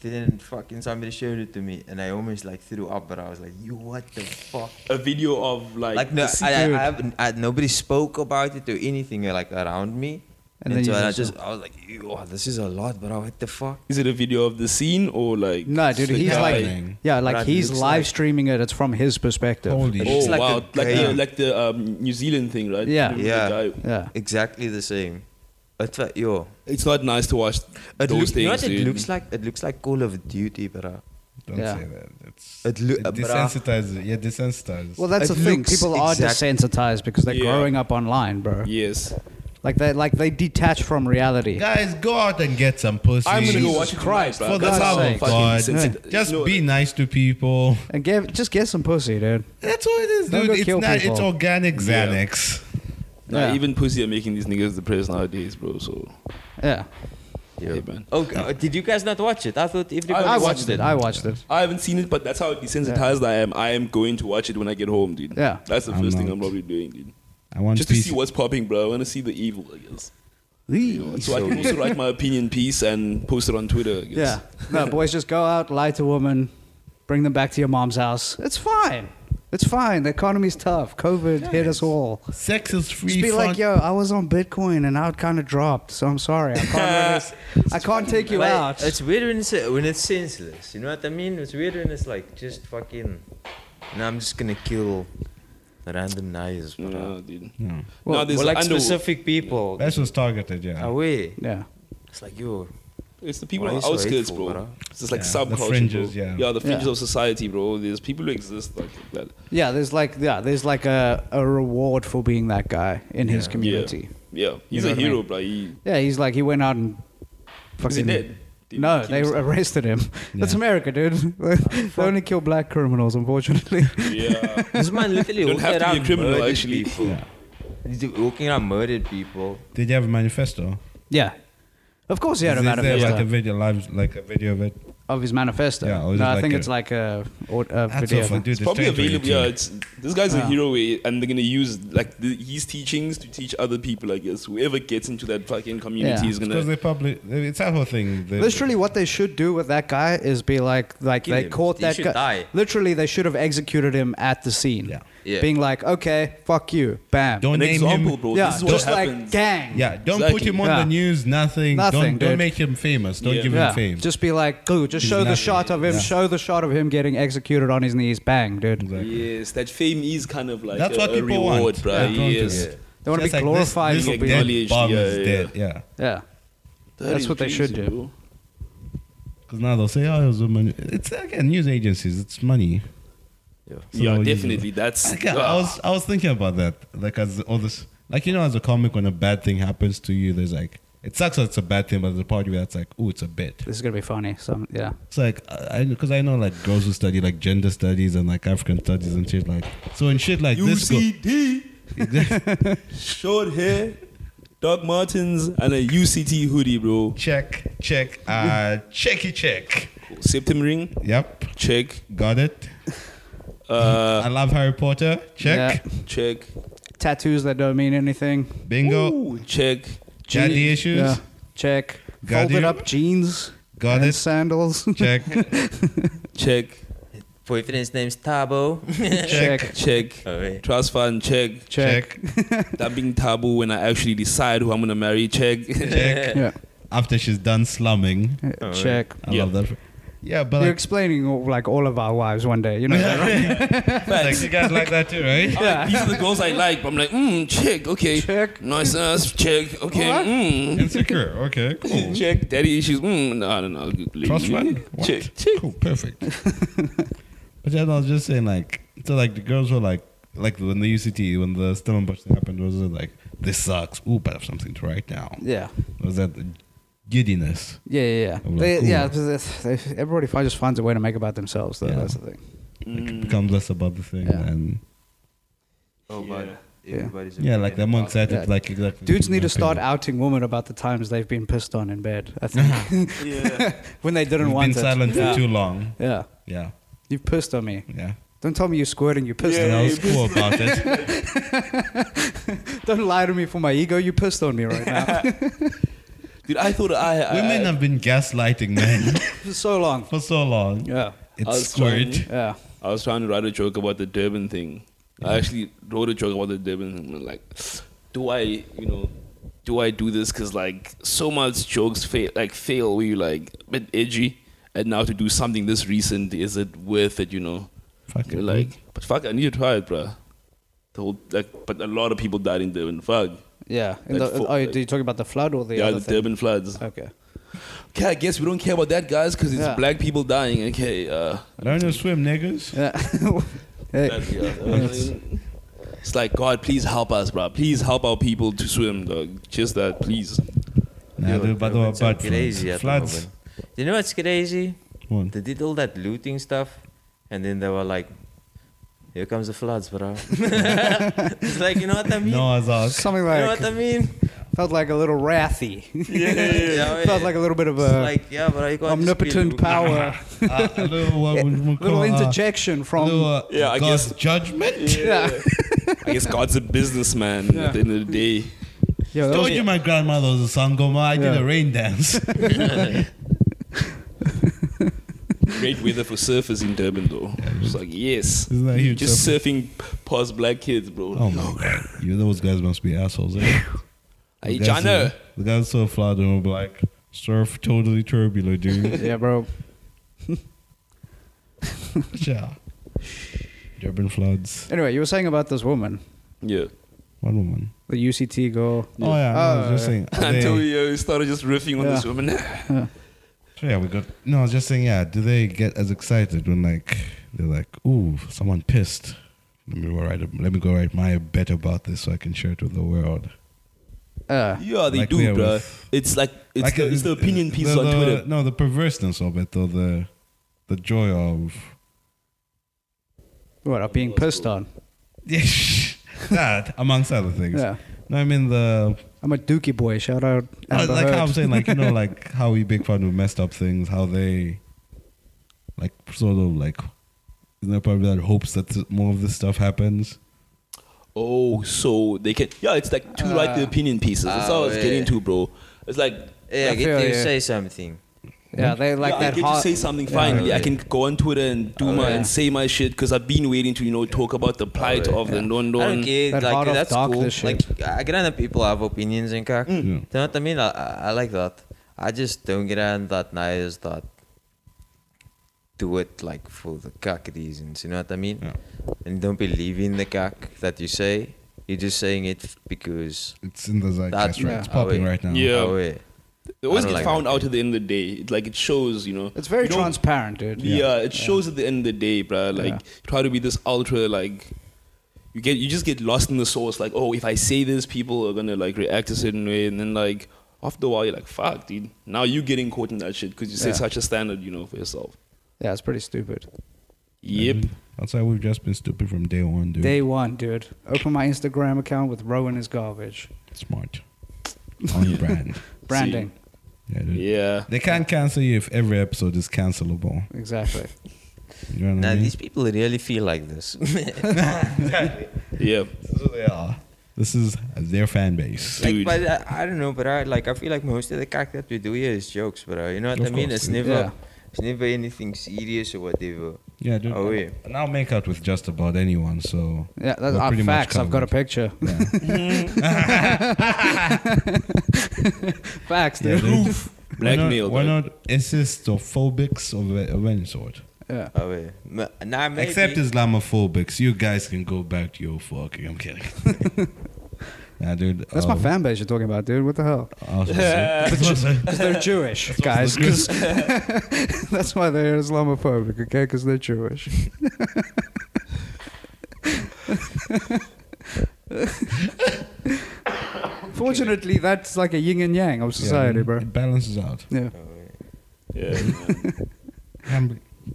A: then fucking somebody showed it to me, and I almost like threw up. But I was like, "You what the fuck?"
C: a video of like,
A: Like no,
C: the
A: I, I,
B: dude.
A: I haven't. I, nobody spoke about it or anything like around me.
B: And
A: And,
B: then
A: so
B: you
A: I
B: just-
A: just, I was like, "Yo, this is a lot, bro. What the fuck?"
C: Is it a video of the scene or like?
B: No, dude.
C: the
B: He's
C: guy?
B: like,
D: happening.
B: yeah, like
A: Right,
B: he's
A: looks
B: live
A: like-
B: streaming it. It's from his perspective.
D: Holy
A: It
D: shit.
A: looks
C: oh
A: like
C: wow,
A: a
C: like
A: guy.
C: the like the um, New Zealand thing, right?
B: Yeah.
C: The- the
A: Yeah,
C: guy.
B: Yeah.
A: exactly the same. It's like, yo,
C: It's not nice to watch
A: it
C: those
A: looks.
C: things,
A: You know what
C: dude.
A: it looks like? It looks like Call of Duty, bro.
D: Don't
B: Yeah.
D: say that. It's,
A: It loo-
D: it
A: uh, bruh.
D: desensitizes. Yeah, desensitizes.
B: Well, that's
A: It
B: the thing.
A: looks
B: People are
A: exact-
B: desensitized because they're
C: Yeah.
B: growing up online, bro.
C: Yes.
B: Like they, like they detach from reality.
D: Guys, go out and get some pussy.
C: I'm gonna
B: Jesus
C: go watch it
B: Christ,
C: tonight,
D: For
C: bruh.
D: the
B: God's
D: love
B: sake.
D: of
C: fucking
D: God,
C: sensitive-
D: just
C: No,
D: be nice to people.
B: And give, just get some pussy, dude.
D: That's all it is,
B: Don't
D: dude.
B: go
D: It's
B: kill
D: not.
B: people.
D: It's organic
C: Yeah.
D: Xanax.
C: Nah,
B: Yeah.
C: even pussy are making these niggas depressed nowadays, bro. So
B: Yeah.
A: Yeah.
C: Hey, man.
A: Oh, uh, did you guys not watch it? I thought everybody.
B: I
C: watched
B: watched it. I watched it.
C: I haven't seen it, but that's how desensitized I am. I am going to watch it when I get home, dude.
B: Yeah.
C: That's the
D: I'm
C: first thing
D: out.
C: I'm probably doing, dude.
D: I want
C: Just to see what's popping, bro. I want to see the evil, I guess. You
B: Oh,
C: know, so I can also write my opinion piece and post it on Twitter. I guess.
B: Yeah. No, boys, just go out, lie to women, bring them back to your mom's house. It's fine. It's fine. The economy's tough. COVID hit us all.
D: Sex is free.
B: Just be
D: fun.
B: like, yo, I was on Bitcoin and now it kind of dropped, so I'm sorry. I can't, really- I can't take you
A: Like,
B: out.
A: It's weird when it's when it's senseless. You know what I mean? It's weird when it's like just fucking. Now I'm just gonna kill random knives, bro.
C: No, dude.
D: No.
C: no,
A: Well,
C: there's
A: like
C: under-
A: specific people
D: That's just targeted, yeah.
B: Oh.
A: away.
B: Yeah.
A: It's like yo,
C: It's the people
A: Why
C: on
A: are
C: the
A: you so
C: outskirts,
A: hateful,
C: bro.
A: bro?
C: It's just like
D: Yeah, the
C: subculture. bro.
D: fringes, yeah.
C: Yeah, the fringes
B: Yeah.
C: of society, bro. There's people who exist like that.
B: Yeah, there's like yeah, there's like a, a reward for being that guy in his community.
C: Yeah. Yeah. He's
B: know
C: a
B: what I mean?
C: hero, bro. He,
B: Yeah. he's like he went out and fucking
C: is he dead? Did he
B: No,
C: kill
B: they
C: himself?
B: arrested him. That's
D: Yeah. Oh,
B: America, dude. they only kill black criminals, unfortunately.
C: Yeah.
A: this man literally
C: Don't
A: walking
C: have to be a
A: around
C: criminal,
A: murdered
C: actually.
A: people. He's walking around murdered people.
D: Did you have a manifesto?
B: yeah. Of course he had a
D: is there
B: manifesto
D: like a video live, like a video of it?
B: of his manifesto.
D: Yeah, or is
B: no,
D: it
B: I
D: like
B: think
D: a-
B: it's like a, or, a
D: That's
B: video.
D: off, dude.
C: It's
D: it's
C: probably
D: 10,
C: available.
D: 22.
C: Yeah, it's, this guy's a
B: Yeah.
C: hero, eh, and they're gonna use like the, his teachings to teach other people. I guess whoever gets into that fucking community
B: Yeah.
C: is
D: Because
C: gonna.
D: they public. It's that whole thing. They,
B: Literally, what they should do with that guy is be like, like
A: Kill
B: they
A: him.
B: caught
A: He
B: that
A: should
B: guy.
A: die.
B: Literally, they should have executed him at the scene.
D: Yeah.
A: Yeah.
B: Being like, okay, fuck you, bam.
D: Don't
C: An
D: name
C: example,
D: him.
C: bro.
B: yeah,
C: this is what
B: just
C: happens.
B: like gang.
D: Yeah, don't put
C: Exactly.
D: him on
B: Yeah.
D: the news. Nothing.
B: Nothing,
D: don't
B: dude.
D: don't make him famous. Don't
C: Yeah.
D: give
B: Yeah.
D: him fame.
B: Just be like, dude, just
D: He's
B: show the
D: nothing.
B: shot of him.
D: Yeah.
B: Show the shot of him getting executed on his knees. Bang, dude.
D: Exactly.
C: Yes, that fame is kind of like
D: That's
C: a,
D: what
C: a
D: people
C: reward,
D: want.
C: bro.
D: Yeah, don't do
C: yes,
D: it.
B: They want to
D: Just
B: be
D: like this-
B: glorified
D: this
B: for
D: dead
B: being.
C: acknowledged,
D: bomb
C: yeah,
D: is
C: yeah.
D: dead. Yeah.
B: Yeah.
C: That
B: That's
C: is
B: what they should
C: crazy,
B: do.
C: bro.
D: Because now they'll say, oh, it was a money. It's again news agencies. It's money. So
C: yeah,
D: you-
C: definitely. That's
D: Like, I was I was thinking about that. Like as all this, like you know, as a comic, when a bad thing happens to you, there's like it sucks that it's a bad thing, but there's a part of you that's like, oh, it's a bit.
B: This is gonna be funny. So yeah.
D: It's like I because I, know like girls who study like gender studies and like African studies and shit like so in shit like this. Go-
C: UCD, short hair, Doc Martens, and a UCT hoodie, bro.
D: check check uh checky check.
C: Septum ring,
D: Yep,
C: check.
D: got it.
C: Uh,
D: I love Harry Potter. Check
B: Yeah.
C: check.
B: Tattoos that don't mean anything.
D: bingo.
C: Ooh, check.
D: Daddy
B: Jean-
D: issues?
B: Yeah. Check.
D: Got
B: Folded
D: you.
B: up jeans.
D: Got
B: and
D: it.
B: Sandals.
D: Check
C: Check.
A: Boyfriend's name's Tabo.
B: Check.
C: Check.
A: Oh, wait.
C: Trust fund. Check.
B: Check.
D: check
C: That being taboo when I actually decide who I'm gonna marry. Check.
D: check.
B: Yeah.
D: After she's done slumming,
A: Oh,
B: check.
D: I
C: Yeah.
D: love that. Yeah, but
B: You're
D: like,
B: explaining all, like all of our wives one day. You know that, right?
D: like you guys like that too, right?
C: Like, these are the girls I like, but I'm like, mm, check. Okay.
B: Check.
C: Nice ass. Check. Okay.
B: What?
C: Mm.
D: Insecure. Okay, cool.
C: Check daddy issues. Mm, no, no, no.
D: Trust fund. What?
C: Check, check.
D: Cool. Perfect. but yeah, no, I was just saying, like, so like the girls were like, like when the UCT, when the Stomach busting happened, was it like, this sucks. Ooh, but I have something to write down.
B: Yeah.
D: Was that the giddiness?
B: Yeah, yeah, yeah.
D: I'm like,
B: They,
D: ooh.
B: yeah, 'cause it's- they- everybody fi- just finds a way to make about themselves. Though.
D: Yeah.
B: That's the thing.
D: Like, it becomes less about the thing,
B: Yeah.
D: and
A: Oh, but
B: Yeah.
A: everybody's
D: yeah, like they're more excited.
B: Yeah.
D: Like exactly.
B: Dudes need to start
D: Nothing.
B: outing women about the times they've been pissed on in bed. I think when they didn't
D: We've
B: want
D: been
B: it.
D: silent for too long.
B: Yeah,
D: Yeah,
B: you pissed on me.
D: yeah.
B: Don't tell me you squirted. You pissed
D: And I
B: on me.
D: was cool about it.
B: Don't lie to me for my ego. You pissed on me right now
C: Dude, I thought I. I
D: Women have been gaslighting men
B: for so long.
D: for so long.
B: Yeah,
C: I
D: It's
C: was
D: squirt.
C: trying-
B: yeah.
C: I was trying to write a joke about the Durban thing. I actually wrote a joke about the Durban thing. Like, do I, you know, do I do this? Because like so much jokes fail, like fail where you like a bit edgy, and now to do something this recent, is it worth it? You know,
D: Fuck
C: You're
D: it,
C: like, but fuck, I need to try it, bruh. The whole like, but a lot of people died in Durban. Fuck.
B: Yeah. And
C: That's
B: the,
C: full-
B: oh, do you talk about the flood or the
C: yeah,
B: other
C: the
B: thing?
C: Durban floods.
B: Okay.
C: Okay, I guess we don't care about that, guys, because it's
B: Yeah.
C: black people dying. Okay, uh,
D: Learn to swim, niggas.
B: Yeah. Hey,
C: That- yeah, uh, it's like God, please help us, bro. Please help our people to swim, dog. Just that, please.
D: Nah, dude, but they were
A: It's so
D: bad
A: crazy
D: floods.
A: at the
D: Floods.
A: moment. You know what's crazy?
D: One.
A: They did all that looting stuff, and then they were like, "Here comes the floods, bro." it's like you know what I mean.
D: Noah's Ark.
B: something
A: you know what I
B: like
A: mean?
B: felt like a little wrathy.
A: Yeah, yeah,
B: felt like a little bit of
A: It's
B: a
A: like yeah, but you can't just be
B: omnipotent
A: looting.
B: power.
D: Uh, a little, what would you
B: little
D: call, uh,
B: interjection from
D: little, uh,
C: Yeah, I
D: God's
C: guess-
D: judgment.
B: yeah.
C: I guess God's a businessman
B: Yeah.
C: at the end of the day.
B: Yeah, that
D: Told
B: was-
D: you my grandmother was a sangoma. I did
B: Yeah.
D: a rain dance.
C: Great weather for surfers in Durban, though. It's like, yes.
D: Isn't that huge?
C: Just surfing past black kids, bro.
D: oh my god! You those guys must be assholes. Eh?
C: Hey,
D: The guys
C: Jono.
D: who- The guys so flooded and were like surf totally turbulent, dude.
B: yeah, bro.
D: yeah. Durban floods.
B: Anyway, you were saying about this woman,
C: Yeah.
D: One woman.
B: the UCT girl.
D: Oh yeah, no, I was
B: Oh,
D: just
B: yeah.
D: saying. are
C: Uh, Until
D: they-
C: we uh, started just riffing on
B: Yeah.
C: this woman.
D: So yeah, we got. No, I was just saying. Yeah, do they get as excited when like they're like, "Ooh, someone pissed. Let me go write. A, let me go write my bet about this so I can share it with the world."
B: Uh,
C: yeah, they
D: Like we
C: do,
D: are
C: bro.
D: with-
C: It's like, it's,
D: Like,
C: the,
D: uh,
C: it's the opinion piece
D: the-
C: on
D: the-
C: Twitter.
D: No, the perverseness of it, or the the joy of.
B: what? Of being pissed on.
D: that amongst other things.
B: Yeah.
D: No, I mean the
B: I'm a dookie boy. Shout out.
D: No,
B: Amber
D: like how I'm
B: Heard.
D: saying, like you know, like how we big fan of messed up things, how they like sort of like you know probably that hopes that th- more of this stuff happens.
C: Oh, so they can. Yeah, it's like two
D: Ah.
C: right the opinion pieces. That's how I was
A: Ah,
C: getting
A: yeah.
C: to, bro. It's like
A: Yeah,
B: I
A: get
B: feel
A: them
B: you.
A: to say something.
B: Yeah, they like
C: yeah, I
B: that
C: get
B: hard.
C: to say something finally. I can go on Twitter and
A: Oh,
C: do my
B: yeah.
C: and say my shit because I've been waiting to you know talk about the plight of the non
A: I don't
C: non.
A: care.
B: That
A: like
B: heart of
A: that's cool.
B: darkness
A: Like I get that people have opinions and
D: Mm.
A: cack. You know what I mean? I, I- I like that. I just don't get on that nice that do it like for the cack reasons. You know what I mean? And don't believe in the cack that you say. You're just saying it f- because.
D: It's in the zeitgeist, right?
B: yeah.
D: It's popping
A: Oh,
D: right now.
C: Yeah.
A: Oh, yeah.
C: They always
A: I don't
C: get
A: like
C: found
A: that.
C: out at the end of the day. It, like it shows, you know.
B: It's very
C: You don't-
B: transparent, dude.
C: Yeah, it shows at the end of the day, bruh. Like
B: Yeah.
C: try to be this ultra like you get you just get lost in the source. Like oh, if I say this, people are gonna like react a certain way, and then like after a while, you're like fuck, dude. Now you're getting caught in that shit because you set
B: Yeah.
C: such a standard, you know, for yourself.
B: Yeah, it's pretty stupid.
A: Mm-hmm.
C: Yep.
D: That's why we've just been stupid from day one, dude.
B: Day one, dude. Open my Instagram account with Rowan is garbage.
D: Smart. On brand.
B: Branding.
D: Yeah, dude.
C: Yeah.
D: They can't cancel you if every episode is cancelable.
B: Exactly.
D: You know what
A: Now,
D: I mean?
A: these people really feel like this.
C: Yeah.
D: This is who they are. This is their fan base.
A: like,
C: Dude.
A: but uh, I, I don't know, but I like I feel like most of the cack that we do here is jokes, bro. You know what
D: Of
A: I mean?
D: course,
A: It's
D: dude.
A: never
B: Yeah.
A: it's never anything serious or whatever.
D: Yeah, dude.
A: Oh, yeah.
D: And I'll make out with just about anyone, so.
B: Yeah, that's
D: We're
B: uh,
D: pretty much
B: facts. I've got a
D: covered.
B: picture.
D: Yeah.
B: Facts,
D: Yeah,
B: dude.
D: dude.
C: Blackmail,
D: Why
C: bro.
D: not, why not assistophobics of, of any sort?
B: Yeah.
A: Oh yeah. Ma- Nah, maybe.
D: Except Islamophobics. You guys can go back to your fucking. I'm kidding. nah, dude.
B: That's
D: uh,
B: my fan base you're talking about, dude. What the hell?
D: I was gonna say-
B: Because they're Jewish, guys. 'Cause- that's why they're Islamophobic, okay? Because they're Jewish. Fortunately, that's like a yin and yang of society,
D: Yeah,
B: bro.
D: It balances out.
B: Yeah.
A: Oh, yeah.
C: Yeah. man.
D: Can't, be-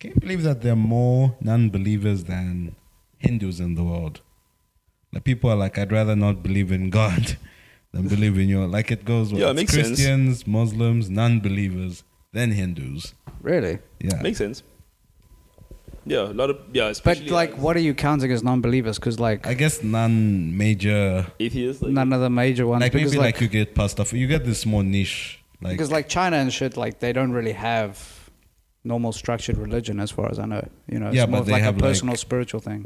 D: can't believe that there are more non-believers than Hindus in the world. Like people are like, I'd rather not believe in God than believe in your. Like it goes.
C: Yeah, it
D: it's
C: makes sense.
D: Christians, Muslims, non-believers, then Hindus.
B: Really?
D: Yeah.
C: Makes sense. Yeah, a lot of yeah,
B: But
C: especially
B: like, what are you counting as non-believers? Because like,
D: I guess non-major.
C: atheists. Like,
B: none of the major ones.
D: Like
B: because
D: maybe
B: like,
D: like, you get past stuff. You get this small niche. Like
B: because like China and shit, like they don't really have normal structured religion, as far as I know. You know, it's
D: Yeah,
B: more
D: but
B: of
D: they
B: like a
D: have, like-
B: personal spiritual thing.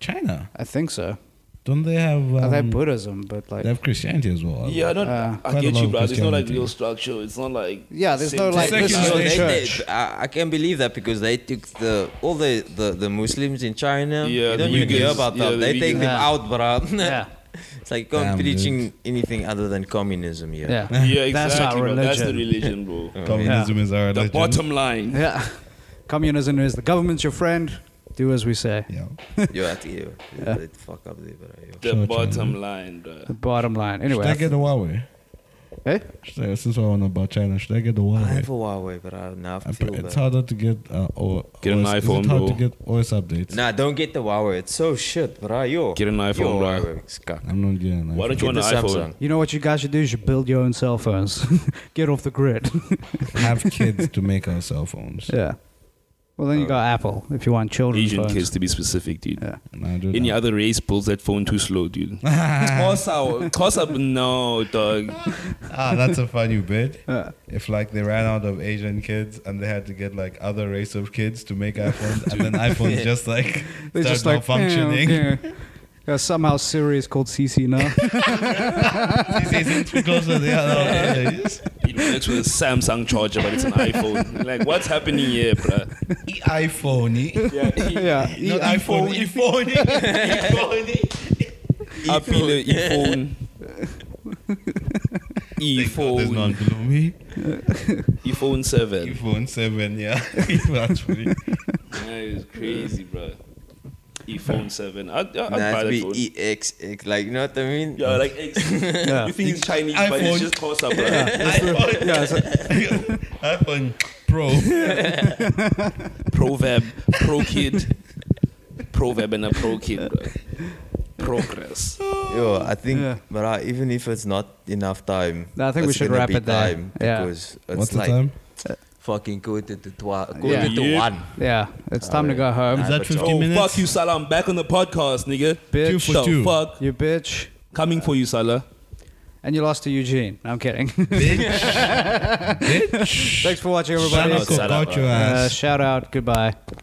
D: China,
B: I think so.
D: don't they have? Um,
B: Uh, they have Buddhism, but like,
D: they have Christianity as well.
C: yeah, I don't.
B: Uh,
C: I
D: quite a
C: get
D: lot
C: you,
D: of
C: bro. There's no like
D: Christianity.
C: real structure. It's not like
B: Yeah, there's no,
C: same
B: like,
C: thing.
B: this is
A: No,
B: the
A: they
B: church.
A: did. I, I can't believe that because they took the all the, the, the Muslims in China.
C: Yeah,
A: you
C: the
A: don't even hear
C: vegans.
A: about
C: Yeah,
A: that.
C: the
A: they take
C: vegans.
A: them
B: Yeah.
A: out, bro.
B: Yeah.
A: it's like you can't
D: Damn,
A: preaching
D: dude.
A: anything other than communism here.
B: yeah,
C: yeah, exactly.
B: That's our
C: bro. That's the
B: religion.
C: religion, bro.
D: Communism is our
C: the
D: religion.
C: bottom line.
B: yeah. Communism is the government's your friend. Do as we say.
D: Yeah.
A: you have to you,
B: Yeah.
A: they fuck up there, bro. You.
C: The
D: Sure,
C: bottom line, bro.
B: The bottom line.
D: Should
B: Anyway,
D: I
B: I
D: get a Huawei?
B: eh?
D: Should I, since we're on about China, should I get the Huawei?
A: I have a Huawei, but I now
D: I
A: I
D: pr-
A: feel
D: it's
A: bad.
D: harder to get uh, or
C: Get an
D: OS is it
C: iPhone,
D: hard to
C: bro.
D: get OS updates.
A: Nah, don't get the Huawei. It's so shit, bro. Yo,
C: Get an iPhone,
A: Yo,
C: bro.
A: Huawei, it's cuck.
D: I'm not getting. An
C: Why don't
D: iPhone.
A: Get
C: you want
A: the
C: an iPhone?
A: Samsung.
B: You know what you guys should do? You should build your own cell phones. get off the grid.
D: have kids to make our cell phones?
B: yeah. Well, then you got Apple if you want children's
C: Asian
B: phones.
C: kids, to be specific, dude.
B: Yeah.
D: Nah, dude,
C: Any
D: nah.
C: other race pulls that phone too slow, dude. Cause our, cause up, no, dog.
D: ah, that's a funny bit.
B: Yeah.
D: If like they ran out of Asian kids and they had to get like other race of kids to make iPhones, and then iPhones just like
B: They're
D: start
B: just like
D: malfunctioning.
B: Yeah, yeah. Yeah, somehow Siri is called CC now.
D: because of the other ones.
C: It works with a Samsung charger, but it's an iPhone. Like, what's happening here, bro?
D: E- iPhone.
C: Yeah,
B: yeah.
D: Not
C: E
D: iPhone. iPhone.
C: Apple, iPhone. E
D: It's not
C: iPhone,
D: gloomy.
C: iPhone seven.
D: iPhone 7, yeah. Actually.
C: That is crazy, bro. iPhone seven. I, I, I'd buy
A: Nah,
C: that
A: it's
C: phone.
A: be e- EXX, like you know what I mean?
C: Yeah, like ex- you think it's Chinese, but
D: iPhone.
C: it's just cause up, bro.
D: iPhone,
B: Yeah, so-
D: iPhone Pro.
C: Proverb, pro kid, proverb and a pro kid, bro. Progress.
A: Yo, I think,
B: Yeah.
A: but uh, even if it's not enough time,
B: No, I think we
A: it's
B: should
A: gonna
B: wrap
A: be
B: it there.
A: Time
B: Yeah.
A: Because it's
D: What's the
A: like
D: time?
A: fucking quarter to twi- quarter
B: Yeah.
A: to
C: Yep.
A: one.
B: yeah, it's time to go home.
D: Is that 15
C: oh,
D: minutes?
C: fuck you, Salah. I'm back on the podcast, nigga.
B: Bitch.
D: Two for
C: The
D: two.
C: Fuck.
B: You bitch.
C: Coming for you, Salah.
B: And you lost to Eugene. No, I'm kidding.
D: Bitch.
B: Thanks for watching,
D: Shout
B: everybody.
D: out,
C: Shout out,
D: got your
B: Uh,
D: ass.
B: shout out. Goodbye.